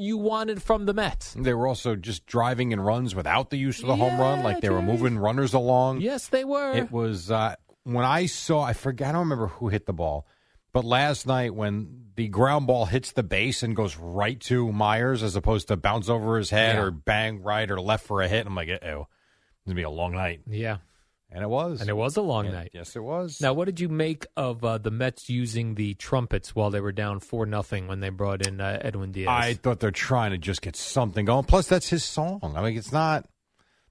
S2: you wanted from the Mets.
S3: They were also just driving in runs without the use of the home
S2: Yeah,
S3: run, like they were
S2: Jerry.
S3: moving runners along.
S2: Yes, they were.
S3: Mm. It was uh, when I saw. I forgot. I don't remember who hit the ball, but last night when the ground ball hits the base and goes right to Myers, as opposed to bounce over his head
S2: Yeah.
S3: or bang right or left for a hit, I'm like, oh, it's gonna be a long night,
S2: yeah,
S3: and it was.
S2: and it was a long
S3: And-
S2: night.
S3: Yes, it was.
S2: Now, what did you make of uh, the Mets using the trumpets while they were down four nothing when they brought in uh, Edwin Diaz?
S3: I thought they're trying to just get something going. Plus, that's his song. I mean, it's not.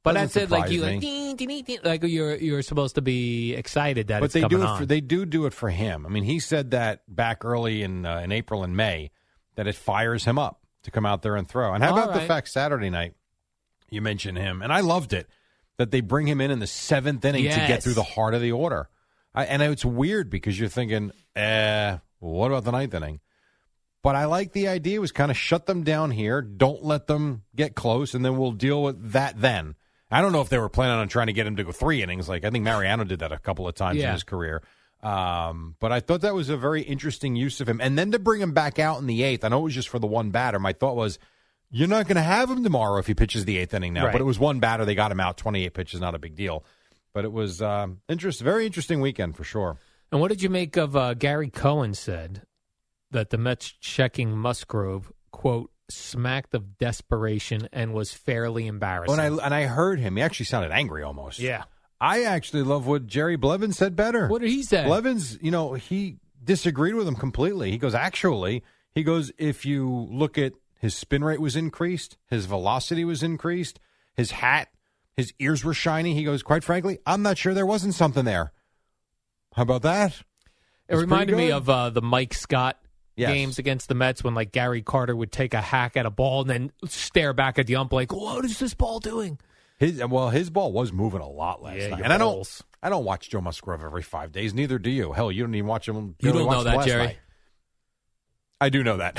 S2: but
S3: doesn't
S2: that's it. Like
S3: surprise
S2: you,
S3: me.
S2: like, ding, ding, ding, ding, like you're you're supposed to be excited that
S3: but
S2: it's
S3: they
S2: coming
S3: do it
S2: on.
S3: for they do do it for him. I mean, he said that back early in uh, in April and May that it fires him up to come out there and throw. And how
S2: All
S3: about the
S2: right.
S3: fact Saturday night you mentioned him, and I loved it that they bring him in in the seventh inning to get
S2: Yes.
S3: through the heart of the order. I, and it's weird because you're thinking, eh, what about the ninth inning? But I like the idea was kind of shut them down here, don't let them get close, and then we'll deal with that then. I don't know if they were planning on trying to get him to go three innings. Like I think Mariano did that a couple of times
S2: Yeah.
S3: in his career. Um, but I thought that was a very interesting use of him. And then to bring him back out in the eighth, I know it was just for the one batter. My thought was, you're not going to have him tomorrow if he pitches the eighth inning now.
S2: Right.
S3: But it was one batter; they got him out. Twenty-eight pitches, not a big deal. But it was um, interest, very interesting weekend for sure.
S2: And what did you make of uh, Gary Cohen said that the Mets checking Musgrove quote smacked of desperation and was fairly embarrassing?
S3: When I and I heard him, he actually sounded angry almost.
S2: yeah,
S3: I actually love what Jerry Blevins said better.
S2: what did he say?
S3: Blevins, you know, he disagreed with him completely. He goes, actually, he goes, if you look at his spin rate was increased, his velocity was increased, his hat, his ears were shiny. He goes, quite frankly, I'm not sure there wasn't something there. How about that?
S2: It
S3: It's
S2: reminded
S3: pretty
S2: me
S3: good.
S2: of uh, the Mike Scott
S3: Yes.
S2: games against the Mets when like Gary Carter would take a hack at a ball and then stare back at the ump like, "What is this ball doing?"
S3: His well, his ball was moving a lot last
S2: Yeah,
S3: night,
S2: your
S3: and I
S2: balls.
S3: don't. I don't watch Joe Musgrove every five days. Neither do you. Hell, you don't even watch him.
S2: You
S3: barely
S2: don't know
S3: watched him
S2: that,
S3: last
S2: Jerry.
S3: night. I do know that.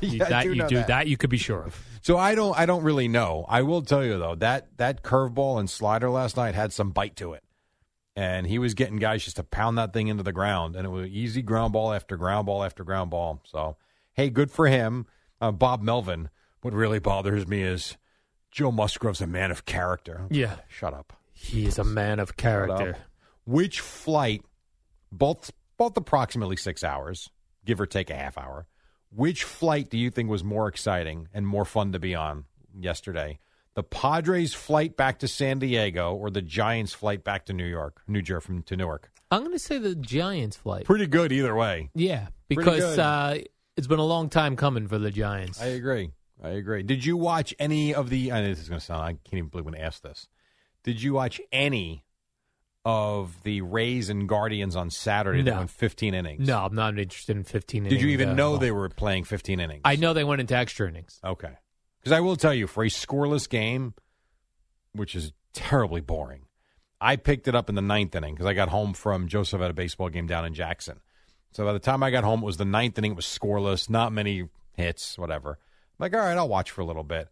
S2: You,
S3: Yeah, I
S2: that
S3: do
S2: you
S3: know
S2: do
S3: that.
S2: that. you could be sure of.
S3: So I don't I don't really know. I will tell you though that that curveball and slider last night had some bite to it, and he was getting guys just to pound that thing into the ground, and it was easy ground ball after ground ball after ground ball. So hey, good for him. Uh, Bob Melvin. What really bothers me is Joe Musgrove's a man of character.
S2: Yeah,
S3: Shut up.
S2: he is a man of character.
S3: Which flight? Both both approximately six hours, give or take a half hour. Which flight do you think was more exciting and more fun to be on yesterday? The Padres' flight back to San Diego or the Giants' flight back to New York, New Jersey from to Newark?
S2: I'm going to say the Giants flight.
S3: Pretty good either way.
S2: yeah,
S3: good.
S2: because uh, it's been a long time coming for the Giants.
S3: I agree. I agree. Did you watch any of the? I know this is going to sound. I can't even believe when I asked this. Did you watch any of the Rays and Guardians on Saturday. They
S2: No.
S3: went 15 innings.
S2: No, I'm not interested in 15 innings.
S3: Did you even
S2: uh,
S3: know
S2: ball.
S3: they were playing 15 innings?
S2: I know they went into extra innings.
S3: Okay. Because I will tell you, for a scoreless game, which is terribly boring, I picked it up in the ninth inning because I got home from Joseph at a baseball game down in Jackson. So by the time I got home, it was the ninth inning. It was scoreless, not many hits, whatever. I'm like, all right, I'll watch for a little bit.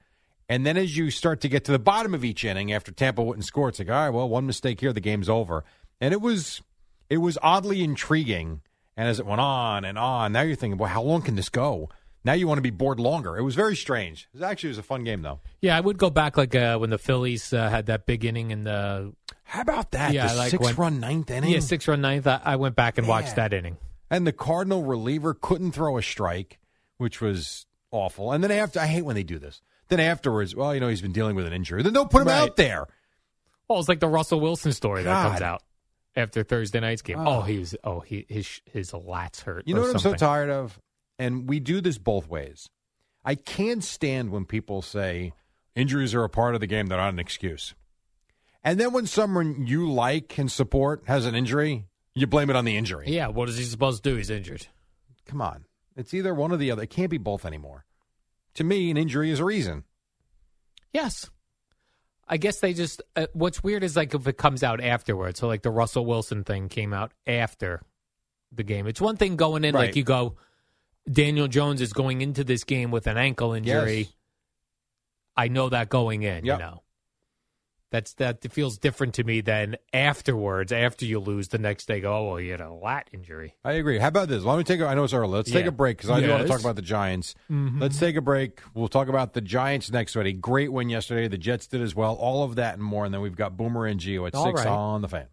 S3: And then as you start to get to the bottom of each inning after Tampa wouldn't score, it's like, all right, well, one mistake here, the game's over. And it was it was oddly intriguing. And as it went on and on, now you're thinking, well, how long can this go? Now you want to be bored longer. It was very strange. It was actually it was a fun game though.
S2: Yeah, I would go back like uh, when the Phillies uh, had that big inning in the
S3: How about that?
S2: Yeah,
S3: the
S2: I like
S3: six
S2: when-
S3: run ninth inning.
S2: yeah six run ninth. I, I went back and
S3: Yeah.
S2: watched that inning.
S3: and the Cardinal reliever couldn't throw a strike, which was awful. And then after, I hate when they do this. Then afterwards, well, you know, he's been dealing with an injury. Then don't put him
S2: Right.
S3: out there.
S2: Well, Oh, it's like the Russell Wilson story that comes
S3: God.
S2: out after Thursday night's game. Oh,
S3: Oh.
S2: he was. Oh, he his his lats hurt.
S3: You know
S2: or
S3: what I'm so
S2: something.
S3: tired of? And we do this both ways. I can't stand when people say injuries are a part of the game, they're not an excuse. And then when someone you like and support has an injury, you blame it on the injury.
S2: Yeah, what is he supposed to do? He's injured.
S3: Come on. It's either one or the other. It can't be both anymore. To me, an injury is a reason.
S2: Yes. I guess they just. Uh, what's weird is like if it comes out afterwards. So like the Russell Wilson thing came out after the game. It's one thing going in
S3: Right.
S2: like you go. Daniel Jones is going into this game with an ankle injury.
S3: Yes.
S2: I know that going in.
S3: Yep.
S2: You know. That's that feels different to me than afterwards. After you lose the next day, go oh well, you had a lat injury.
S3: I agree. How about this? Let me take. A, I know it's early. Let's take
S2: Yeah.
S3: a break because I do want to
S2: Yes. Mm-hmm.
S3: talk about the Giants. Let's take a break. We'll talk about the Giants next week. A great win yesterday. The Jets did as well. All of that and more. And then we've got Boomer and Geo at
S2: All
S3: six
S2: right.
S3: on the fan.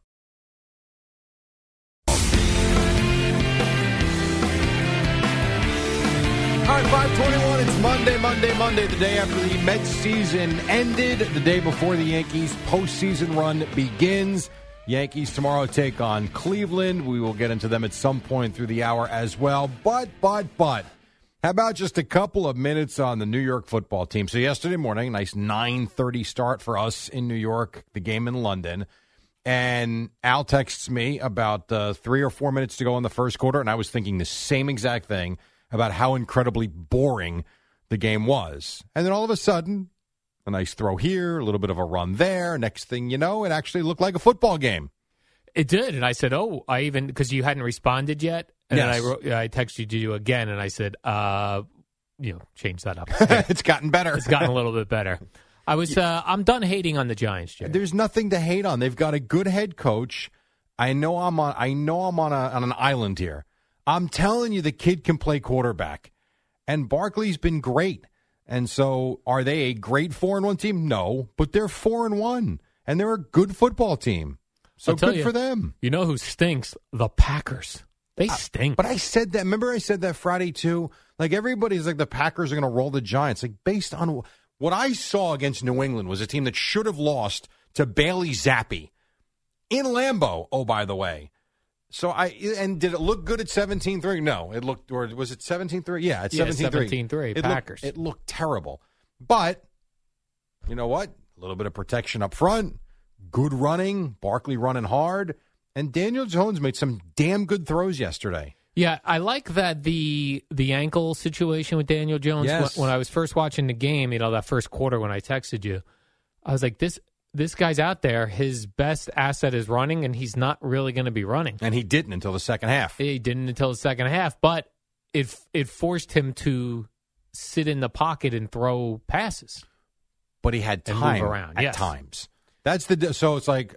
S3: All right, 521. It's Monday, Monday, Monday, the day after the Mets season ended, the day before the Yankees postseason run begins. Yankees tomorrow take on Cleveland. We will get into them at some point through the hour as well. But, but, but, how about just a couple of minutes on the New York football team? So yesterday morning, nice 9:30 start for us in New York, the game in London. And Al texts me about uh, three or four minutes to go in the first quarter, and I was thinking the same exact thing about how incredibly boring the game was. And then all of a sudden, a nice throw here, a little bit of a run there. Next thing you know, it actually looked like a football game.
S2: It did, and I said, "Oh, I even because you hadn't responded yet." And then I
S3: Yes.
S2: wrote, I texted you again, and I said, "Uh, you know, change that up.
S3: it's gotten better.
S2: it's gotten a little bit better." I was, uh, I'm done hating on the Giants, Jay.
S3: There's nothing to hate on. They've got a good head coach. I know I'm on. I know I'm on a, on an island here. I'm telling you, the kid can play quarterback, and Barkley's been great. And so, are they a great four and one team? No, but they're four and one, and they're a good football team. So
S2: I'll tell
S3: good
S2: you.
S3: for them.
S2: You know who stinks? The Packers. They stink.
S3: Uh, But I said that. Remember, I said that Friday too. Like everybody's like the Packers are going to roll the Giants. Like based on wh- what I saw against New England was a team that should have lost to Bailey Zappi in Lambeau. Oh, by the way. So I and did it look good at 17-3? No, it looked or was it 17-3? Yeah, it's
S2: Yeah,
S3: 17-3.
S2: 17-3,
S3: It looked-
S2: Packers.
S3: it looked terrible. But you know what? A little bit of protection up front, good running, Barkley running hard, and Daniel Jones made some damn good throws yesterday.
S2: Yeah, I like that the the ankle situation with Daniel Jones.
S3: Yes.
S2: When, when I was first watching the game, you know that first quarter when I texted you, I was like, "This this guy's out there. His best asset is running, and he's not really going to be running."
S3: and he didn't until the second half.
S2: He didn't until the second half, but it it forced him to sit in the pocket and throw passes.
S3: But he had
S2: And
S3: time
S2: move around,
S3: at
S2: yes.
S3: times. That's the di- so it's like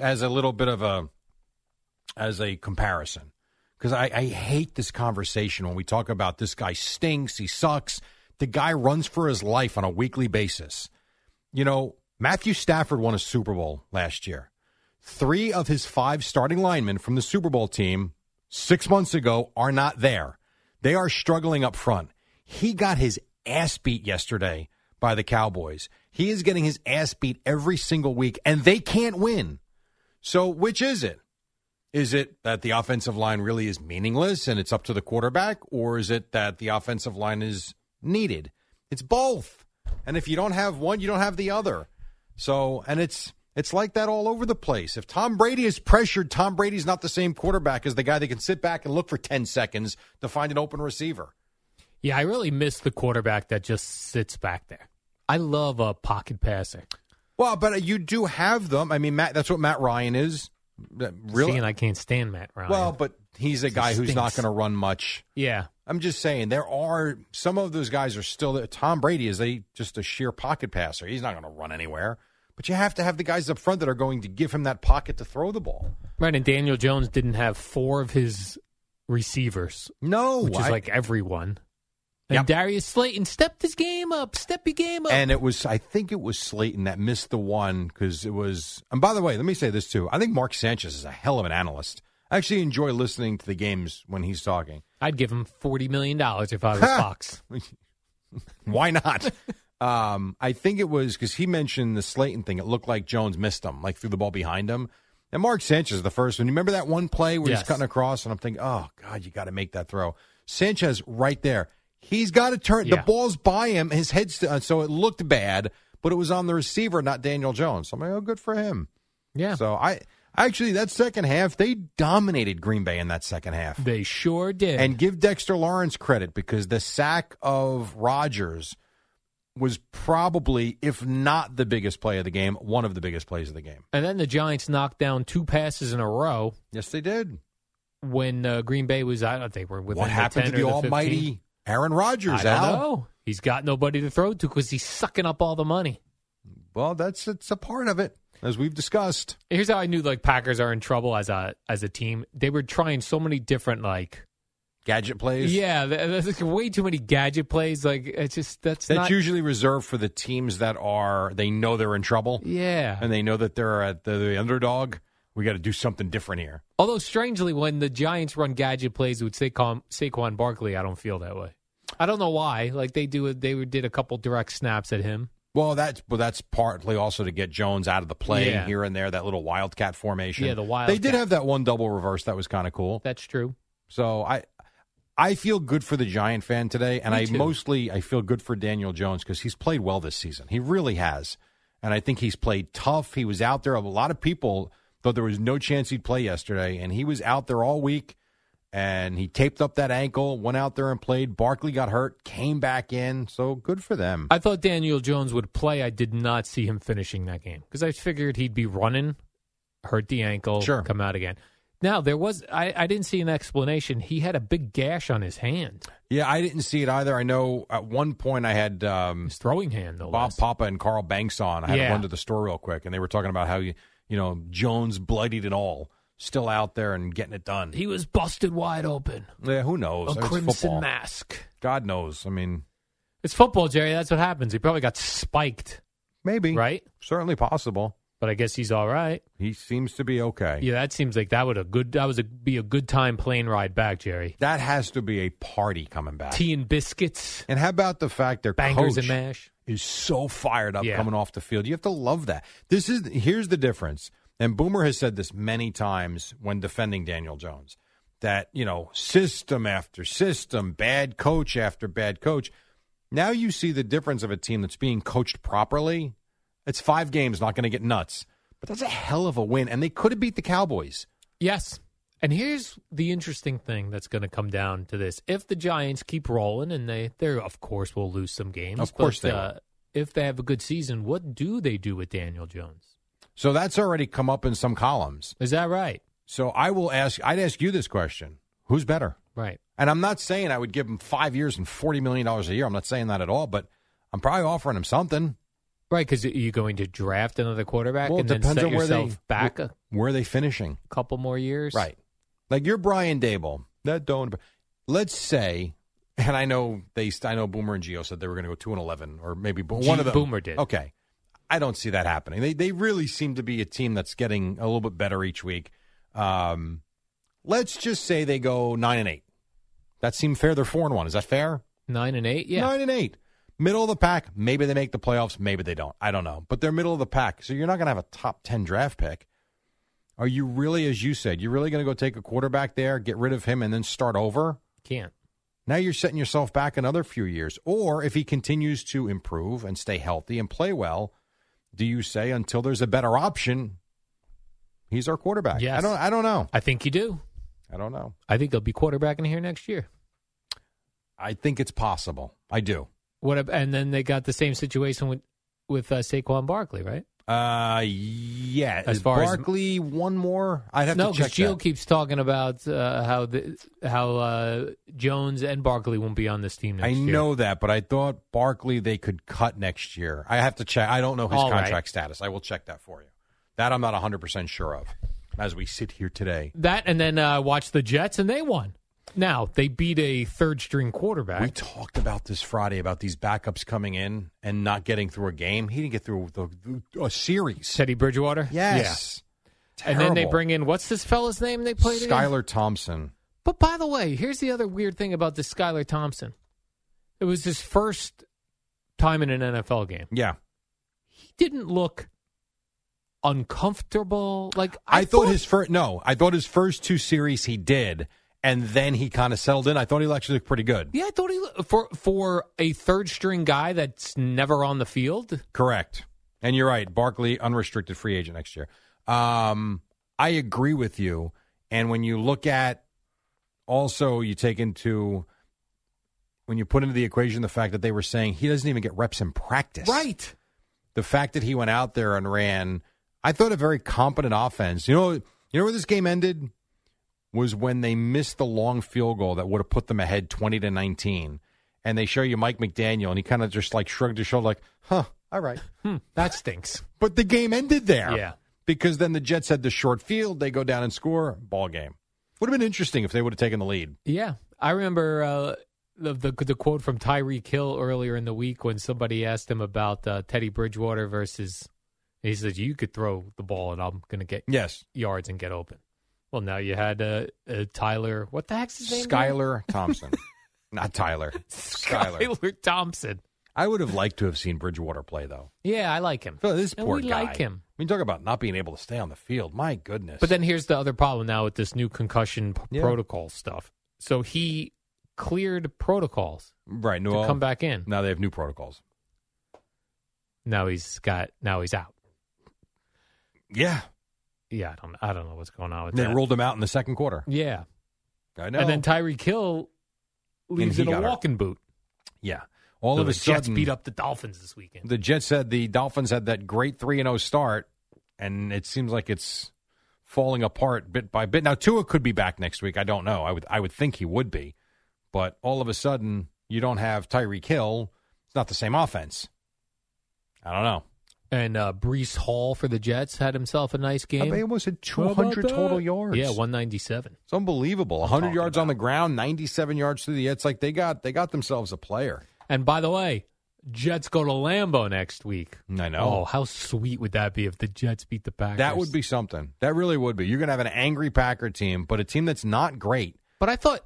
S3: as a little bit of a as a comparison because I, I hate this conversation when we talk about this guy stinks, he sucks. The guy runs for his life on a weekly basis. You know, Matthew Stafford won a Super Bowl last year. Three of his five starting linemen from the Super Bowl team six months ago are not there. They are struggling up front. He got his ass beat yesterday by the Cowboys. He is getting his ass beat every single week, and they can't win. So, which is it? Is it that the offensive line really is meaningless and it's up to the quarterback, or is it that the offensive line is needed? It's both. And if you don't have one, you don't have the other. So, and it's It's like that all over the place. If Tom Brady is pressured, Tom Brady's not the same quarterback as the guy that can sit back and look for 10 seconds to find an open receiver.
S2: Yeah, I really miss the quarterback that just sits back there. I love a pocket passer.
S3: Well, but you do have them. I mean, Matt, that's what Matt Ryan is.
S2: Really? Seeing I can't stand Matt Ryan.
S3: Well, but he's a guy who's not
S2: stinks.
S3: going to run much.
S2: yeah.
S3: I'm just saying there are some of those guys are still there. Tom Brady is a just a sheer pocket passer. He's not going to run anywhere. But you have to have the guys up front that are going to give him that pocket to throw the ball.
S2: Right, and Daniel Jones didn't have four of his receivers,
S3: No,
S2: which is
S3: I-
S2: like everyone. And
S3: Yep.
S2: Darius Slayton stepped his game up. Step your game up.
S3: And it was, I think it was Slayton that missed the one because it was. And by the way, let me say this too. I think Mark Sanchez is a hell of an analyst. I actually enjoy listening to the games when he's talking.
S2: I'd give him forty million dollars if I was Fox.
S3: Why not? um, I think it was because he mentioned the Slayton thing. It looked like Jones missed him, like threw the ball behind him. And Mark Sanchez, is the first one. You remember that one play where
S2: Yes.
S3: he's cutting across, and I'm thinking, oh God, you got to make that throw. Sanchez right there. He's got to turn.
S2: Yeah.
S3: The ball's by him. His head's uh, so it looked bad, but it was on the receiver, not Daniel Jones. So I'm like, oh, good for him.
S2: Yeah,
S3: So I actually that second half they dominated Green Bay in that second half.
S2: they sure did.
S3: And give Dexter Lawrence credit because the sack of Rodgers was probably, if not the biggest play of the game, one of the biggest plays of the game.
S2: and then the Giants knocked down two passes in a row
S3: Yes, they did.
S2: when uh, Green Bay was. I don't think we're within
S3: what
S2: the
S3: happened
S2: 10
S3: to
S2: or
S3: the, almighty
S2: 15.
S3: Aaron
S2: I
S3: Rodgers,
S2: don't
S3: Al?
S2: know. He's got nobody to throw to because he's sucking up all the money.
S3: Well, that's it's a part of it, as we've discussed.
S2: Here's how I knew like Packers are in trouble as a as a team. They were trying so many different like
S3: Gadget plays.
S2: yeah, th- there's like way too many gadget plays. Like it's just that's
S3: That's
S2: not
S3: usually reserved for the teams that are they know they're in trouble
S2: yeah.
S3: and they know that they're at the, the underdog. We got to do something different here.
S2: Although strangely, when the Giants run gadget plays with Saquon, Saquon Barkley, I don't feel that way. I don't know why. Like they do, they did a couple direct snaps at him.
S3: Well, that's well, that's partly also to get Jones out of the play
S2: Yeah.
S3: here and there. That little wildcat formation.
S2: Yeah, the
S3: They did
S2: wildcat.
S3: have that one double reverse that was kind of cool.
S2: That's true.
S3: So I, I feel good for the Giant fan today, and
S2: Me
S3: I
S2: too.
S3: mostly I feel good for Daniel Jones because he's played well this season. He really has, and I think he's played tough. He was out there. A lot of people thought there was no chance he'd play yesterday, and he was out there all week. And he taped up that ankle, went out there and played. Barkley got hurt, came back in. So good for them.
S2: I thought Daniel Jones would play. I did not see him finishing that game because I figured he'd be running, hurt the ankle,
S3: Sure.
S2: come out again. Now there was I, I didn't see an explanation. He had a big gash on his hand,
S3: Yeah, I didn't see it either. I know at one point I had um,
S2: his throwing hand though.
S3: Bob Papa and Carl Banks on. I had to
S2: Yeah.
S3: run to the store real quick, and they were talking about how you, you know, Jones bloodied and all, still out there and getting it done.
S2: he was busted wide open.
S3: yeah, who knows?
S2: A
S3: Oh, It's
S2: crimson
S3: football.
S2: mask.
S3: God knows. I mean,
S2: It's football, Jerry. That's what happens. He probably got spiked,
S3: maybe
S2: right?
S3: Certainly possible.
S2: But I guess he's all right.
S3: He seems to be okay.
S2: Yeah, that seems like that would a good that was a, be a good time plane ride back, Jerry.
S3: That has to be a party coming back.
S2: Tea and biscuits,
S3: and how about the fact their
S2: bangers
S3: coach
S2: and mash.
S3: is so fired up
S2: Yeah.
S3: coming off the field. You have to love that. This is here's the difference. And Boomer has said this many times when defending Daniel Jones that, you know, system after system, bad coach after bad coach. Now you see the difference of a team that's being coached properly. It's five games, not going to get nuts. But that's a hell of a win. And they could have beat the Cowboys.
S2: Yes. And here's the interesting thing that's going to come down to this. If the Giants keep rolling and they they of course will lose some games,
S3: Of course
S2: but,
S3: they will.
S2: uh, if they have a good season, what do they do with Daniel Jones?
S3: So that's already come up in some columns.
S2: Is that right?
S3: So I will ask, I'd ask you this question Who's better?
S2: Right.
S3: And I'm not saying I would give him five years and $40 million a year. I'm not saying that at all, but I'm probably offering him something.
S2: Right, because you're going to draft another quarterback
S3: well, it
S2: and then
S3: depends
S2: set
S3: on where
S2: yourself
S3: they
S2: back
S3: where,
S2: a
S3: where are they finishing.
S2: couple more years.
S3: Right. Like you're Brian Dable. That don't. Let's say, and I know they. I know Boomer and Geo said they were going to go two and eleven, or maybe bo-
S2: Gee,
S3: one of them.
S2: Boomer did.
S3: Okay. I don't see that happening. They they really seem to be a team that's getting a little bit better each week. Um, let's just say they go nine and eight. That seemed fair. They're four and one. Is that fair?
S2: Nine and eight? Yeah.
S3: Nine and eight. Middle of the pack. Maybe they make the playoffs. Maybe they don't. I don't know. But they're middle of the pack. So you're not going to have a top 10 draft pick. Are you really, as you said, you're really going to go take a quarterback there, get rid of him, and then start over?
S2: Can't.
S3: Now you're setting yourself back another few years. Or if he continues to improve and stay healthy and play well, do you say until there's a better option? He's our quarterback.
S2: Yes.
S3: I don't. I don't know.
S2: I think you do.
S3: I don't know.
S2: I think he'll be quarterbacking here next year.
S3: I think it's possible. I do.
S2: What? ab- And then they got the same situation with with uh, Saquon Barkley, right?
S3: Uh, yeah.
S2: As
S3: Is
S2: far as-
S3: Barkley, one more. I'd have
S2: no,
S3: to check
S2: Gio
S3: that.
S2: keeps talking about uh, how the, how uh, Jones and Barkley won't be on this team. Next
S3: I
S2: year.
S3: know that, but I thought Barkley they could cut next year. I have to check. I don't know his
S2: All right.
S3: contract status. I will check that for you. That I'm not 100% sure of as we sit here today.
S2: that, and then uh, watch the Jets, and they won. Now they beat a third string quarterback.
S3: We talked about this Friday about these backups coming in and not getting through a game. He didn't get through the, the- a series.
S2: Teddy Bridgewater,
S3: Yes.
S2: Yeah. and then they
S3: Terrible.
S2: bring in what's this fella's name they played? again?
S3: Skylar Thompson.
S2: But by the way, here's the other weird thing about this Skylar Thompson. It was his first time in an NFL game.
S3: Yeah.
S2: He didn't look uncomfortable. Like
S3: I, thought, his first no, I thought his first two series he did, and then he kind of settled in. I thought he actually looked pretty good.
S2: Yeah, I thought he lo- for for a third string guy that's never on the field.
S3: Correct. And you're right. Barkley, unrestricted free agent next year. Um, I agree with you. And when you look at also, you take into when you put into the equation the fact that they were saying he doesn't even get reps in practice.
S2: Right.
S3: The fact that he went out there and ran, I thought a very competent offense. You know, you know where this game ended was when they missed the long field goal that would have put them ahead 20 to 19. And they show you Mike McDaniel, and he kind of just like shrugged his shoulder, like, huh, all right.
S2: Hmm, that stinks.
S3: But the game ended there.
S2: Yeah.
S3: Because then the Jets had the short field. They go down and score. Ball game. Would have been interesting if they would have taken the lead.
S2: Yeah, I remember uh, the, the the quote from Tyree Kill earlier in the week when somebody asked him about uh, Teddy Bridgewater versus. He said, "You could throw the ball, and I'm going to get
S3: Yes.
S2: yards and get open." Well, now you had uh, uh, Tyler. What the heck's his name? again?
S3: Skylar Thompson. Not Tyler. Skylar.
S2: Skylar Thompson.
S3: I would have liked to have seen Bridgewater play, though.
S2: Yeah, I like him.
S3: So this
S2: and
S3: poor
S2: we
S3: guy.
S2: like him.
S3: I mean, talk about not being able to stay on the field. My goodness.
S2: But then here's the other problem now with this new concussion p-
S3: Yeah.
S2: protocol stuff. So he cleared protocols
S3: right,
S2: to
S3: no,
S2: come back in.
S3: Now they have new protocols.
S2: Now he's got. Now he's out.
S3: Yeah,
S2: Yeah, I don't. I don't know what's going on with
S3: they
S2: that.
S3: ruled him out in the second quarter.
S2: Yeah,
S3: I know.
S2: and then Tyree Kill leaves
S3: he
S2: in a
S3: got hurt.
S2: walking boot.
S3: yeah, all
S2: So
S3: of
S2: the
S3: a sudden,
S2: Jets beat up the Dolphins this weekend.
S3: the Jets had the Dolphins had that great three and zero start, and it seems like it's falling apart bit by bit. Now Tua could be back next week. I don't know. I would I would think he would be, but all of a sudden you don't have Tyreek Hill. It's not the same offense. I don't know.
S2: and uh, Brees Hall for the Jets had himself a nice game.
S3: They almost had
S2: How
S3: two
S2: about
S3: hundred total
S2: that?
S3: yards.
S2: Yeah, one ninety seven.
S3: It's unbelievable.
S2: I'm
S3: hundred
S2: talking
S3: yards on
S2: about.
S3: the ground, ninety seven yards through the. It's like they got they got themselves a player.
S2: And by the way, Jets go to Lambeau next week.
S3: I
S2: Oh, how sweet would that be if the Jets beat the Packers?
S3: that would be something. That really would be. You're going to have an angry Packer team, but a team that's not great.
S2: But I thought,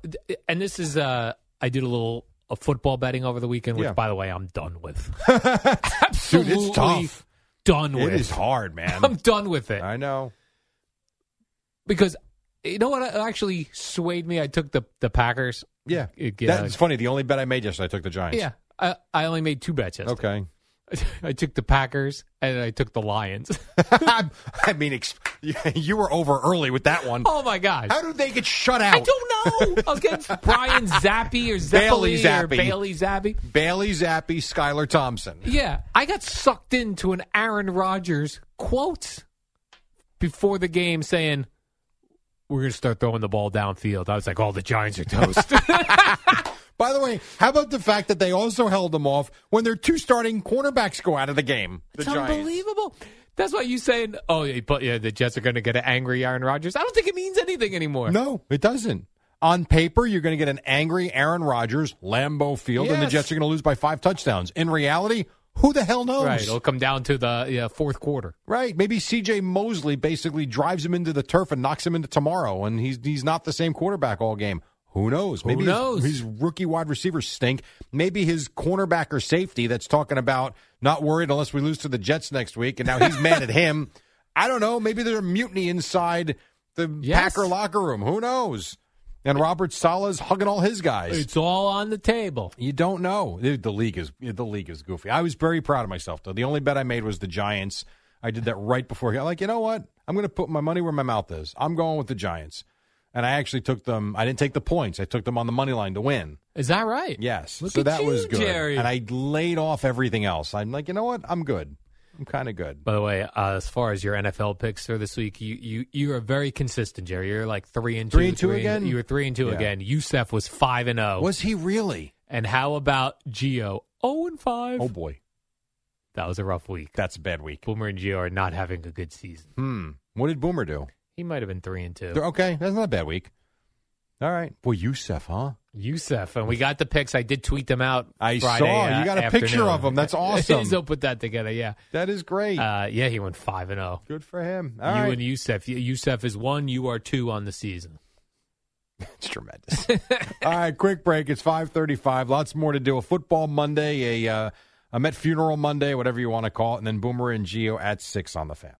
S2: and this is, uh, I did a little uh football betting over the weekend, which,
S3: Yeah.
S2: by the way, I'm done with.
S3: Dude,
S2: Absolutely
S3: it's tough.
S2: done with.
S3: It is hard, man.
S2: I'm done with it
S3: I know.
S2: because you know what actually swayed me. I took the the Packers.
S3: Yeah.
S2: It- yeah.
S3: That's funny. The only bet I made yesterday, I took the Giants.
S2: Yeah, I, I only made two bets yesterday.
S3: Okay.
S2: I took the Packers and I took the Lions.
S3: I mean, ex- you were over early with that one.
S2: oh my gosh!
S3: How do they get shut out?
S2: I don't know. I was getting Brian Zappi or Zeppeli
S3: Bailey
S2: or
S3: Zappi.
S2: Bailey Zappi.
S3: Bailey Zappi, Skylar Thompson.
S2: Yeah, I got sucked into an Aaron Rodgers quote before the game saying, "We're going to start throwing the ball downfield." I was like, "Oh, the Giants are toast."
S3: By the way, how about the fact that they also held them off when their two starting cornerbacks go out of the game? The
S2: it's
S3: Giants.
S2: unbelievable. That's why you saying, "Oh, yeah, but yeah, the Jets are going to get an angry Aaron Rodgers." I don't think it means anything anymore.
S3: No, it doesn't. On paper, you're going to get an angry Aaron Rodgers, Lambeau Field, and the
S2: Yes.
S3: Jets are going to lose by five touchdowns. In reality, who the hell knows?
S2: Right, it'll come down to the yeah, fourth quarter.
S3: Right. Maybe CJ Mosley basically drives him into the turf and knocks him into tomorrow, and he's he's not the same quarterback all game. Who knows? Maybe his-
S2: knows?
S3: His, rookie wide receivers stink. Maybe his cornerback or safety that's talking about not worried unless we lose to the Jets next week, and now he's mad at him. I don't know. Maybe there's a mutiny inside the
S2: Yes.
S3: Packer locker room. Who knows? And Robert Sala's hugging all his guys.
S2: It's all on the table.
S3: You don't know. The the league is the league is goofy. I was very proud of myself though. The only bet I made was the Giants. I did that right before. I'm like, you know what? I'm going to put my money where my mouth is. I'm going with the Giants. And I actually took them. I didn't take the points. I took them on the money line to win.
S2: Is that right?
S3: Yes.
S2: Look
S3: so
S2: at
S3: that
S2: you,
S3: was good.
S2: Jerry.
S3: And I laid off everything else. I'm like, you know what? I'm good. I'm kind of good.
S2: By the way, uh, as far as your NFL picks for this week, you you you are very consistent, Jerry. You're like three and two,
S3: Three and two again?
S2: you were three and two
S3: Yeah.
S2: again. Youssef was five and zero.
S3: Was he really?
S2: and how about Geo? Zero and five.
S3: Oh boy,
S2: That was a rough week.
S3: that's a bad week.
S2: Boomer and Geo are not having a good season.
S3: Hmm. What did Boomer do?
S2: He might have been three and two.
S3: They're- okay, that's not a bad week. All right. Boy, Youssef, huh?
S2: Youssef and we got the picks. I did tweet them out.
S3: I
S2: Friday,
S3: saw. You
S2: uh,
S3: got a picture
S2: afternoon.
S3: of him. That's awesome.
S2: so put that together. Yeah,
S3: That is great.
S2: uh, yeah. He went five and zero.
S3: Good for him.
S2: you
S3: All right.
S2: and Youssef. Y- Youssef is one. You are two on the season.
S3: it's tremendous. All right, quick break. It's five thirty-five. Lots more to do. A football Monday, a uh, a Met funeral Monday, whatever you want to call it, and then Boomer and Geo at six on the fan.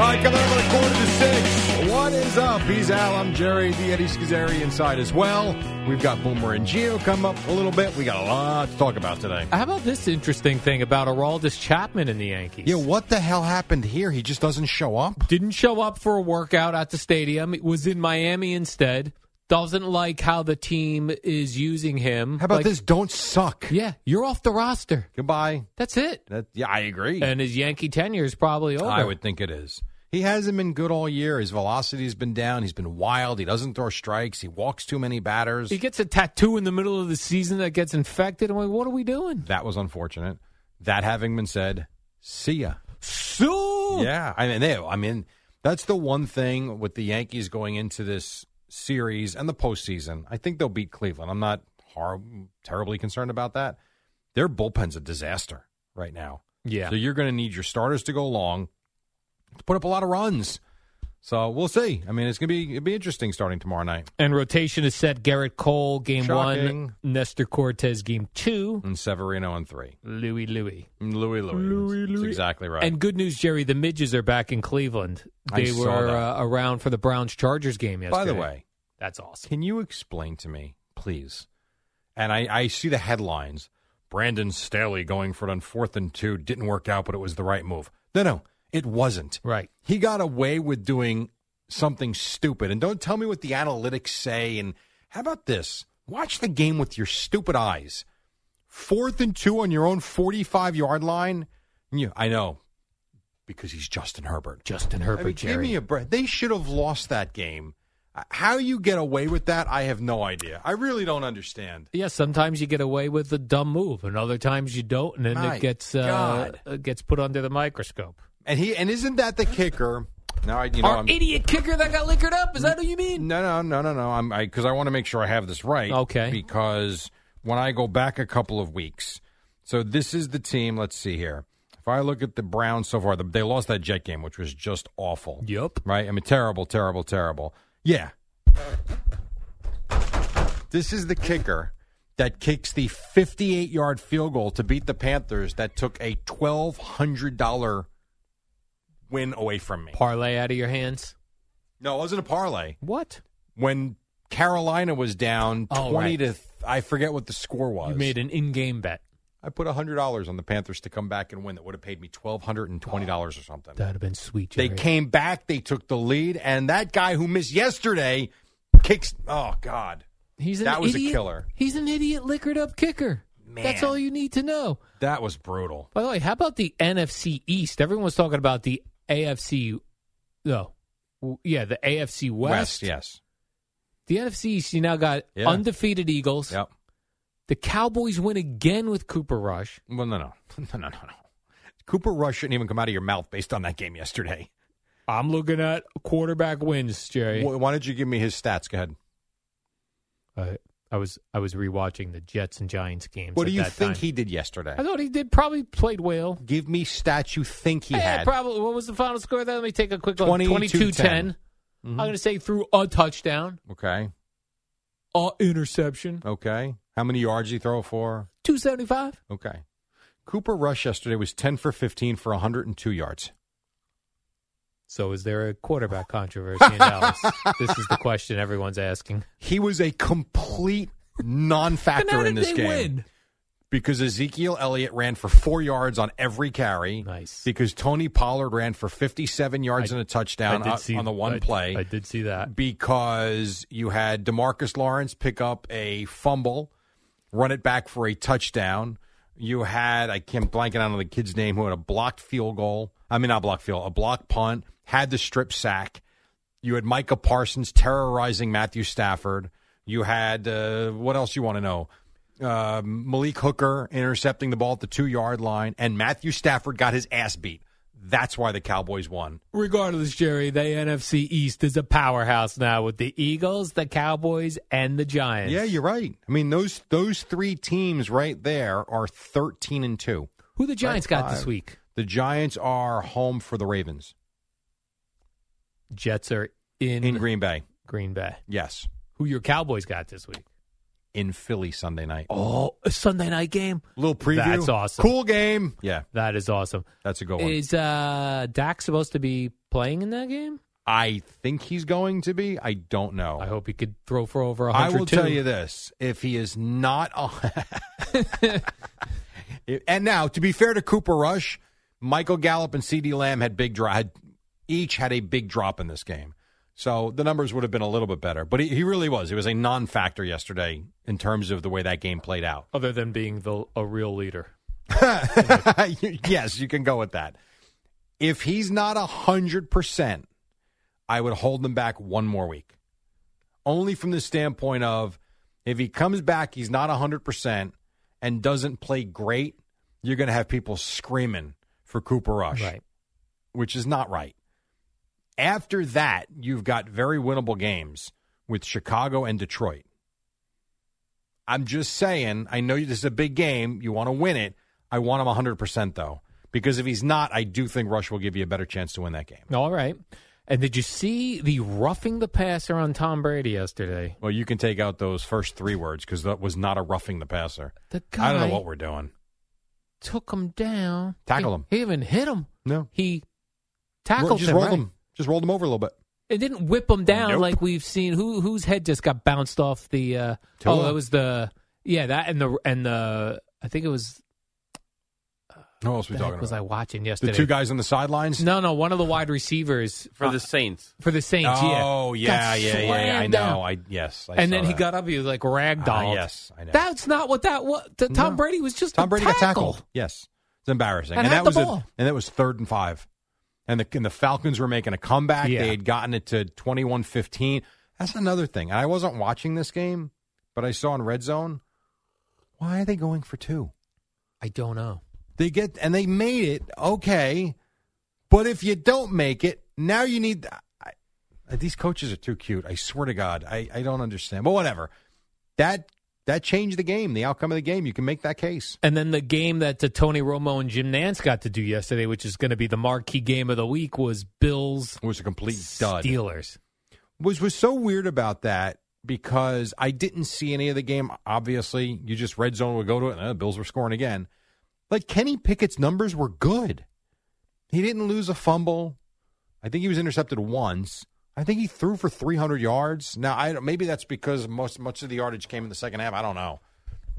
S3: All right, coming up at a quarter to six. What is up? He's Al. I'm Jerry. The Eddie Schizzeri inside as well. We've got Boomer and Geo come up a little bit. We got a lot to talk about today.
S2: How about this interesting thing about Araldis Chapman and the Yankees?
S3: Yeah, what the hell happened here? He just doesn't show up.
S2: Didn't show up for a workout at the stadium. Was in Miami instead. Doesn't like how the team is using him.
S3: How about
S2: Like,
S3: this? Don't suck.
S2: Yeah, you're off the roster.
S3: Goodbye.
S2: That's it.
S3: That, yeah, I agree.
S2: And his Yankee tenure is probably over.
S3: I would think it is. He hasn't been good all year. His velocity's been down. He's been wild. He doesn't throw strikes. He walks too many batters.
S2: He gets a tattoo in the middle of the season that gets infected. I'm like, what are we doing?
S3: that was unfortunate. That having been said, see ya.
S2: So
S3: Yeah, I mean, they, I mean, that's the one thing with the Yankees going into this series and the postseason. I think they'll beat Cleveland. I'm not hor- terribly concerned about that. Their bullpen's a disaster right now.
S2: yeah.
S3: So you're going to need your starters to go long, to put up a lot of runs. So we'll see. I mean, it's going to be it'll be interesting starting tomorrow night
S2: And rotation is set. Garrett Cole game
S3: Shocking.
S2: one, Nestor Cortez game two,
S3: in Severino and three.
S2: Louis Louis.
S3: Louis Louis.
S2: Louis,
S3: That's
S2: Louis.
S3: exactly right.
S2: And good news, Jerry. The midges are back in Cleveland.
S3: I
S2: They
S3: saw
S2: were
S3: that.
S2: uh, around for the Browns Chargers game yesterday.
S3: by the way,
S2: that's awesome.
S3: Can you explain to me, please? And I, I see the headlines. Brandon Staley going for it on fourth and two didn't work out, but it was the right move. No, no, it wasn't.
S2: Right.
S3: He got away with doing something stupid. And don't tell me what the analytics say. And how about this? Watch the game with your stupid eyes. Fourth and two on your own 45 yard line. Yeah, I know, because he's Justin Herbert.
S2: Justin Herbert,
S3: I mean,
S2: Jerry.
S3: Give me a break. They should have lost that game. Uh, How you get away with that, I have no idea. I really don't understand.
S2: yeah, sometimes you get away with a dumb move, and other times you don't, and then
S3: My
S2: it gets uh,
S3: God.
S2: uh, gets put under the microscope.
S3: And he and isn't that the kicker? Now I you know
S2: Our
S3: I'm,
S2: idiot kicker that got liquored up. Is that what you mean?
S3: no no no no no I'm because I, want to make sure I have this right.
S2: Okay.
S3: Because when I go back a couple of weeks, so this is the team. Let's see here. If I look at the Browns so far, the, they lost that Jet game, which was just awful.
S2: Yup.
S3: Right? I mean, terrible, terrible, terrible. Yeah. This is the kicker that kicks the 58 yard field goal to beat the Panthers that took a $1,200 win away from me.
S2: Parlay out of your hands.
S3: No, it wasn't a parlay.
S2: What?
S3: When Carolina was down 20
S2: Oh, right.
S3: to, th- I forget what the score was.
S2: You made an in-game bet.
S3: I put $100 on the Panthers to come back and win. That would have paid me $1,220 or something.
S2: That'd have been sweet.
S3: They
S2: Jerry.
S3: came back. They took the lead, and that guy who missed yesterday kicks. Oh God,
S2: He's an
S3: That was a
S2: idiot-
S3: killer.
S2: He's an idiot liquored up kicker. That's
S3: Man.
S2: all you need to know.
S3: that was brutal.
S2: By the way, how about the NFC East? Everyone was talking about the AFC. No, W- yeah, the AFC West.
S3: yes,
S2: The NFC East. You now got
S3: Yeah.
S2: undefeated Eagles.
S3: yep.
S2: The Cowboys win again with Cooper Rush.
S3: Well, no, no, no, no, no, no. Cooper Rush shouldn't even come out of your mouth based on that game yesterday.
S2: I'm looking at quarterback wins, Jerry.
S3: Why, why don't you give me his stats? Go ahead.
S2: Uh, I was I was rewatching the Jets and Giants games.
S3: What
S2: at
S3: do you
S2: that
S3: think
S2: time.
S3: he did yesterday?
S2: I thought he did probably played well.
S3: Give me stats you think he
S2: yeah,
S3: had.
S2: probably. What was the final score? There, let me take a quick look.
S3: 22-10.
S2: 22-10. Mm-hmm. I'm going to say through a touchdown,
S3: Okay, Uh.
S2: a interception.
S3: okay. How many yards did he throw for?
S2: 275?
S3: Okay. Cooper Rush yesterday was 10 for 15 for 102 yards.
S2: So is there a quarterback controversy in Dallas? This is the question everyone's asking.
S3: He was a complete non-factor in this game. because Ezekiel Elliott ran for four yards on every carry.
S2: Nice.
S3: Because Tony Pollard ran for 57 yards
S2: I-
S3: and a touchdown
S2: I
S3: on,
S2: did see,
S3: on the one
S2: I-
S3: play.
S2: I did see that.
S3: Because you had Demarcus Lawrence pick up a fumble, run it back for a touchdown. You had, I can't blanking out on the kid's name, who had a blocked field goal. I mean, not blocked field, a blocked punt, had the strip sack. You had Micah Parsons terrorizing Matthew Stafford. You had uh, what else you want to know? Uh, Malik Hooker intercepting the ball at the two yard line, and Matthew Stafford got his ass beat. That's why the Cowboys won.
S2: Regardless, Jerry, the NFC East is a powerhouse now with the Eagles, the Cowboys, and the Giants.
S3: Yeah, you're right. I mean those those three teams right there are thirteen and two.
S2: Who the Giants
S3: Right,
S2: got this
S3: five.
S2: week?
S3: The Giants are home for the Ravens
S2: Jets are in,
S3: in Green Bay.
S2: Green Bay.
S3: Yes,
S2: Who your Cowboys got this week?
S3: in Philly Sunday night.
S2: Oh, a Sunday night game.
S3: Little preview.
S2: That's awesome.
S3: Cool game. Yeah,
S2: That is awesome.
S3: that's a good one.
S2: Is uh, Dak supposed to be playing in that game?
S3: I think he's going to be. I don't know.
S2: I hope he could throw for over a
S3: Oh. I
S2: 100.
S3: will tell you this: if he is not, and now to be fair to Cooper Rush, Michael Gallup and C.D. Lamb had big drop. Had, each had a big drop in this game, so the numbers would have been a little bit better. But he, he really was. He was a non-factor yesterday in terms of the way that game played out.
S2: Other than being the, a real leader.
S3: yes, you can go with that. If he's not hundred percent, I would hold him back one more week, only from the standpoint of if he comes back, he's not hundred percent and doesn't play great, you're going to have people screaming for Cooper Rush,
S2: Right.
S3: which is not right. After that, you've got very winnable games with Chicago and Detroit. I'm just saying, I know this is a big game. You want to win it. I want him 100% though, because if he's not, I do think Rush will give you a better chance to win that game.
S2: All right. And did you see the roughing the passer on Tom Brady yesterday?
S3: Well, you can take out those first three words because that was not a roughing the passer.
S2: The guy
S3: I don't know what we're doing.
S2: took him down.
S3: Tackled
S2: He-
S3: him.
S2: He even hit him.
S3: No,
S2: He tackled
S3: just
S2: him.
S3: rolled
S2: right?
S3: him. Just rolled him over a little bit.
S2: It didn't whip him down
S3: Nope.
S2: like we've seen. Who whose head just got bounced off the? Uh, oh,
S3: Tua.
S2: that was the yeah that and the and the I think it was
S3: What else are we
S2: the heck
S3: talking
S2: was I
S3: about?
S2: watching
S3: The
S2: yesterday?
S3: two guys on the sidelines.
S2: No, no, one of the wide receivers
S7: for the Saints.
S2: for the Saints. yeah.
S3: Oh yeah,
S2: Got
S3: yeah, yeah, I
S2: slammed
S3: know.
S2: down.
S3: I yes. I
S2: and
S3: saw
S2: then he
S3: that.
S2: got up. He was like ragdolled.
S3: Ah, yes, I know.
S2: That's not what that was. The, Tom
S3: No.
S2: Brady was just
S3: Tom
S2: a
S3: Brady got
S2: tackle.
S3: tackled. Yes, it's embarrassing.
S2: And had
S3: that
S2: the
S3: was a-
S2: ball.
S3: and that was third and five, and the and the Falcons were making a comeback.
S2: Yeah.
S3: They had gotten it to 21-15. That's another thing. And I wasn't watching this game, but I saw in red zone. Why are they going for two?
S2: I don't know.
S3: They get and they made it okay, but if you don't make it, now you need. I, I- these coaches are too cute. I swear to God, I, I don't understand. But whatever. That that changed the game, the outcome of the game. You can make that case.
S2: And then the game that uh, Tony Romo and Jim Nance got to do yesterday, which is going to be the marquee game of the week, was Bills
S3: It was a complete dud.
S2: Steelers.
S3: was was so weird about that because I didn't see any of the game. Obviously, you just red zone would go to it, and the Bills were scoring again. Like Kenny Pickett's numbers were good. He didn't lose a fumble. I think he was intercepted once. I think he threw for 300 yards. Now, I don't- maybe that's because most much of the yardage came in the second half. I don't know,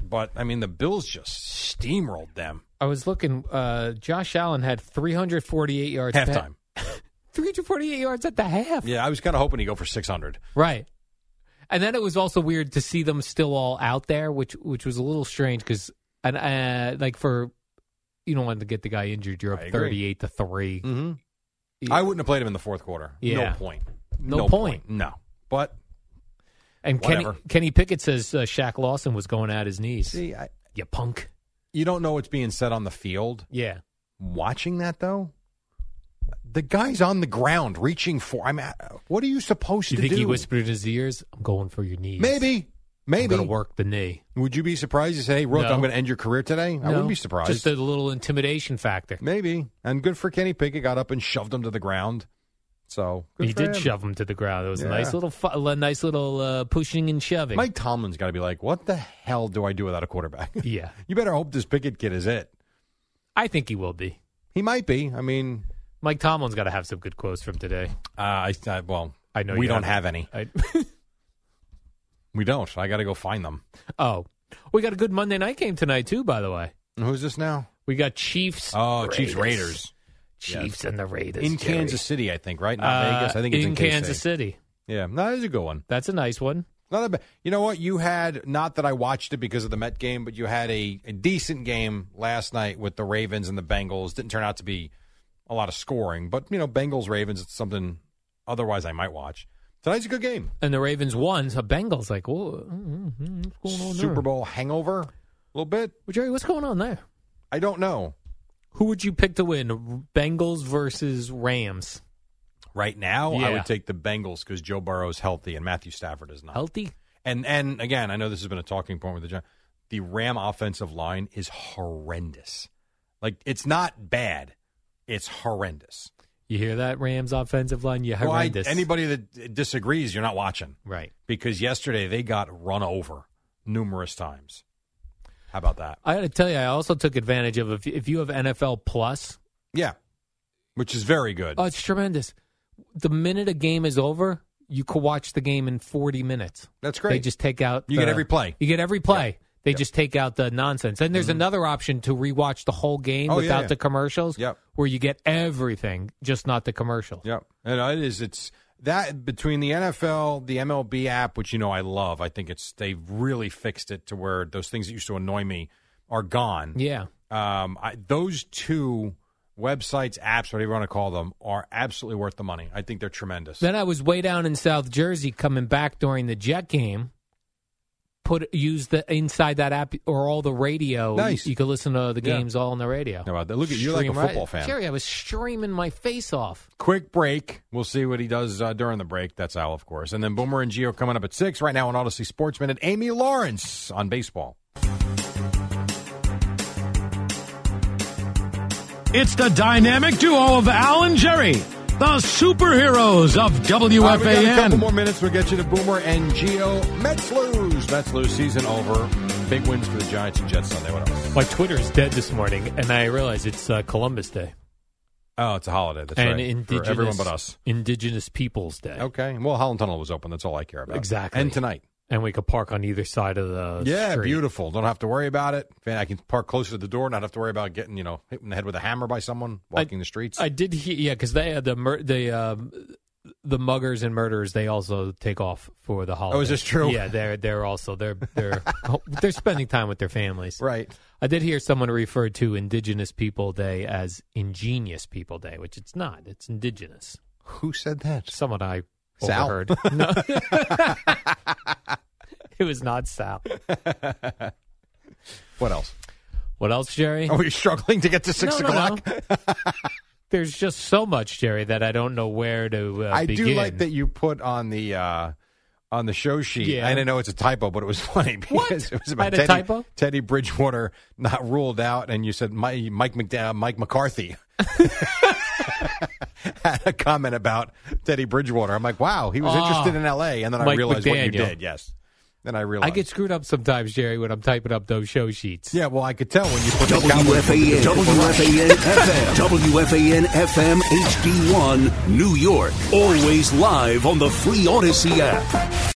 S3: but I mean the Bills just steamrolled them
S2: I was looking. Uh, Josh Allen had 348 yards. pa-
S3: halftime.
S2: 348 yards at the half.
S3: Yeah, I was kind of hoping he'd go for 600.
S2: Right. And then it was also weird to see them still all out there, which which was a little strange because and uh, like for you don't want to get the guy injured. You're
S3: I
S2: up
S3: agree.
S2: 38 to three.
S3: Mm-hmm.
S2: Yeah.
S3: I wouldn't have played him in the fourth quarter.
S2: Yeah.
S3: No point.
S2: No point.
S3: No. But
S2: And Kenny,
S3: Whatever.
S2: Kenny Pickett says uh, Shaq Lawson was going at his knees.
S3: see, I,
S2: You punk.
S3: you don't know what's being said on the field.
S2: Yeah.
S3: Watching that though, the guy's on the ground reaching for. I'm. At, what are you supposed
S2: You
S3: to
S2: think
S3: do?
S2: he whispered in his ears, "I'm going for your knees.
S3: Maybe.
S2: I'm
S3: Maybe.
S2: going to work the knee."
S3: Would you be surprised to say, hey, "Rook,
S2: No.
S3: I'm going to end your career today"? I
S2: No,
S3: wouldn't be surprised.
S2: Just a little intimidation factor.
S3: Maybe. And good for Kenny Pickett. Got up and shoved him to the ground. So good
S2: He
S3: for
S2: did
S3: him.
S2: shove him to the ground. It was a nice
S3: Yeah.
S2: little, fu- a nice little uh, pushing and shoving.
S3: Mike Tomlin's got to be like, what the hell do I do without a quarterback?
S2: Yeah,
S3: you better hope this Pickett kid is it.
S2: I think he will be.
S3: He might be. I mean,
S2: Mike Tomlin's got to have some good quotes from today.
S3: uh, I, I well,
S2: I know
S3: we
S2: you
S3: don't have any.
S2: I,
S3: We don't. I got to go find them.
S2: oh, we got a good Monday night game tonight too. By the way,
S3: And who's this now?
S2: we got Chiefs.
S3: Oh, Chiefs Raiders
S2: Chiefs and the Raiders
S3: in
S2: Jerry.
S3: Kansas City, I think. Right? Not
S2: Uh,
S3: Vegas. I think it's in, KC.
S2: Kansas City.
S3: Yeah, no, that is a good one.
S2: That's a nice one.
S3: Not that bad. You know what? You had not that I watched it because of the Met game, but you had a, a decent game last night with the Ravens and the Bengals. Didn't turn out to be a lot of scoring, but you know, Bengals Ravens. It's something otherwise I might watch. Tonight's a good game.
S2: And the Ravens won. So Bengals like, whoa, mm, mm, what's going on
S3: Super
S2: there?
S3: Bowl hangover, a little bit.
S2: Well, Jerry, what's going on there?
S3: I don't know
S2: Who would you pick to win? Bengals versus Rams.
S3: right now. I
S2: Yeah.
S3: would take the Bengals because Joe Burrow's healthy and Matthew Stafford is not.
S2: Healthy.
S3: And and again, I know this has been a talking point with the Giants. The Ram offensive line is horrendous. Like it's not bad, it's horrendous.
S2: You hear that Rams offensive line? You
S3: Well, I-
S2: horrendous.
S3: anybody that disagrees, you're not watching
S2: right.
S3: because yesterday they got run over numerous times. How about that?
S2: I got to tell you, I also took advantage of if, if you have NFL Plus.
S3: Yeah, which is very good.
S2: Oh, it's tremendous. The minute a game is over, you could watch the game in 40 minutes.
S3: That's
S2: They
S3: great.
S2: just take out.
S3: You get
S2: the-
S3: every play. Mm-hmm.
S2: You get every play. They just take out the nonsense. And there's another option to rewatch the whole game
S3: Oh, yeah,
S2: without
S3: yeah.
S2: the commercials,
S3: Yep.
S2: where you get everything, just not the commercials.
S3: Yeah, and it is. It's that between the NFL, the MLB app, which you know I love. I think it's they've really fixed it to where those things that used to annoy me are gone.
S2: Yeah.
S3: Um, I, those two websites, apps, whatever you want to call them, are absolutely worth the money. I think they're tremendous.
S2: Then I was way down in South Jersey coming back during the Jet game. Put use the inside that app or all the radio.
S3: Nice.
S2: You, could can listen to the
S3: Yeah.
S2: games all on the radio.
S3: How about that? uh, Look at you're like a
S2: Stream right-
S3: football fan.
S2: Jerry, I was streaming my face off.
S3: Quick break. We'll see what he does uh, during the break. That's Al, of course. And then Boomer and Geo coming up at six. Right now on Odyssey Sports Minute, Amy Lawrence on baseball.
S6: It's the dynamic duo of Al and Jerry, the superheroes of
S3: All right, we got a couple
S6: WFAN.
S3: more minutes. We'll get you to Boomer and Geo. Mets lose. Mets lose. Season over. Big wins for the Giants and Jets Sunday. What else?
S2: My Twitter is dead this morning, and I realize it's uh, Columbus Day
S3: Oh, it's a holiday. That's
S2: and
S3: right.
S2: Indigenous
S3: for everyone but us. Oh.
S2: Indigenous Peoples Day.
S3: Okay. Well, Holland Tunnel was open. That's all I care about.
S2: Exactly.
S3: And tonight.
S2: And we could park on either side of the
S3: yeah,
S2: street.
S3: beautiful. Don't have to worry about it. Fan, I can park closer to the door. Not have to worry about getting you know hit in the head with a hammer by someone walking the streets.
S2: I did hear, yeah, because they had the mur- the um, the muggers and murderers. They also take off for the holiday.
S3: Oh, this true?
S2: Yeah, they're they're also they're they're they're spending time with their families.
S3: right.
S2: I did hear someone refer to Indigenous People Day as Ingenious People Day, which it's not. It's Indigenous.
S3: Who said that?
S2: Someone I
S3: Sal?
S2: overheard. No. it was not Sal.
S3: What else?
S2: What else, Jerry?
S3: Are we struggling to get to Oh, six
S2: No, no,
S3: o'clock?
S2: no. There's just so much, Jerry, that I don't know where to uh,
S3: I
S2: begin.
S3: do like that you put on the uh, on the show sheet.
S2: Yeah.
S3: I didn't know it's a typo, but it was funny
S2: What?
S3: because it was
S2: I
S3: about
S2: had a
S3: Teddy,
S2: typo?
S3: Teddy Bridgewater not ruled out, and you said Mi- Mike McDa- Mike McCarthy had a comment about Teddy Bridgewater. I'm like, wow, he was
S2: Ah,
S3: interested in L.A., and then I
S2: Mike
S3: realized what you
S2: McDaniel.
S3: did. Yes, then I
S2: I
S3: realized.
S2: get screwed up sometimes, Jerry, when I'm typing up those show sheets.
S3: yeah, well, I could tell when you put the Cowboys-
S4: WFAN, WFAN FM, WFAN FM HD1, New York. Always live on the free Odyssey app.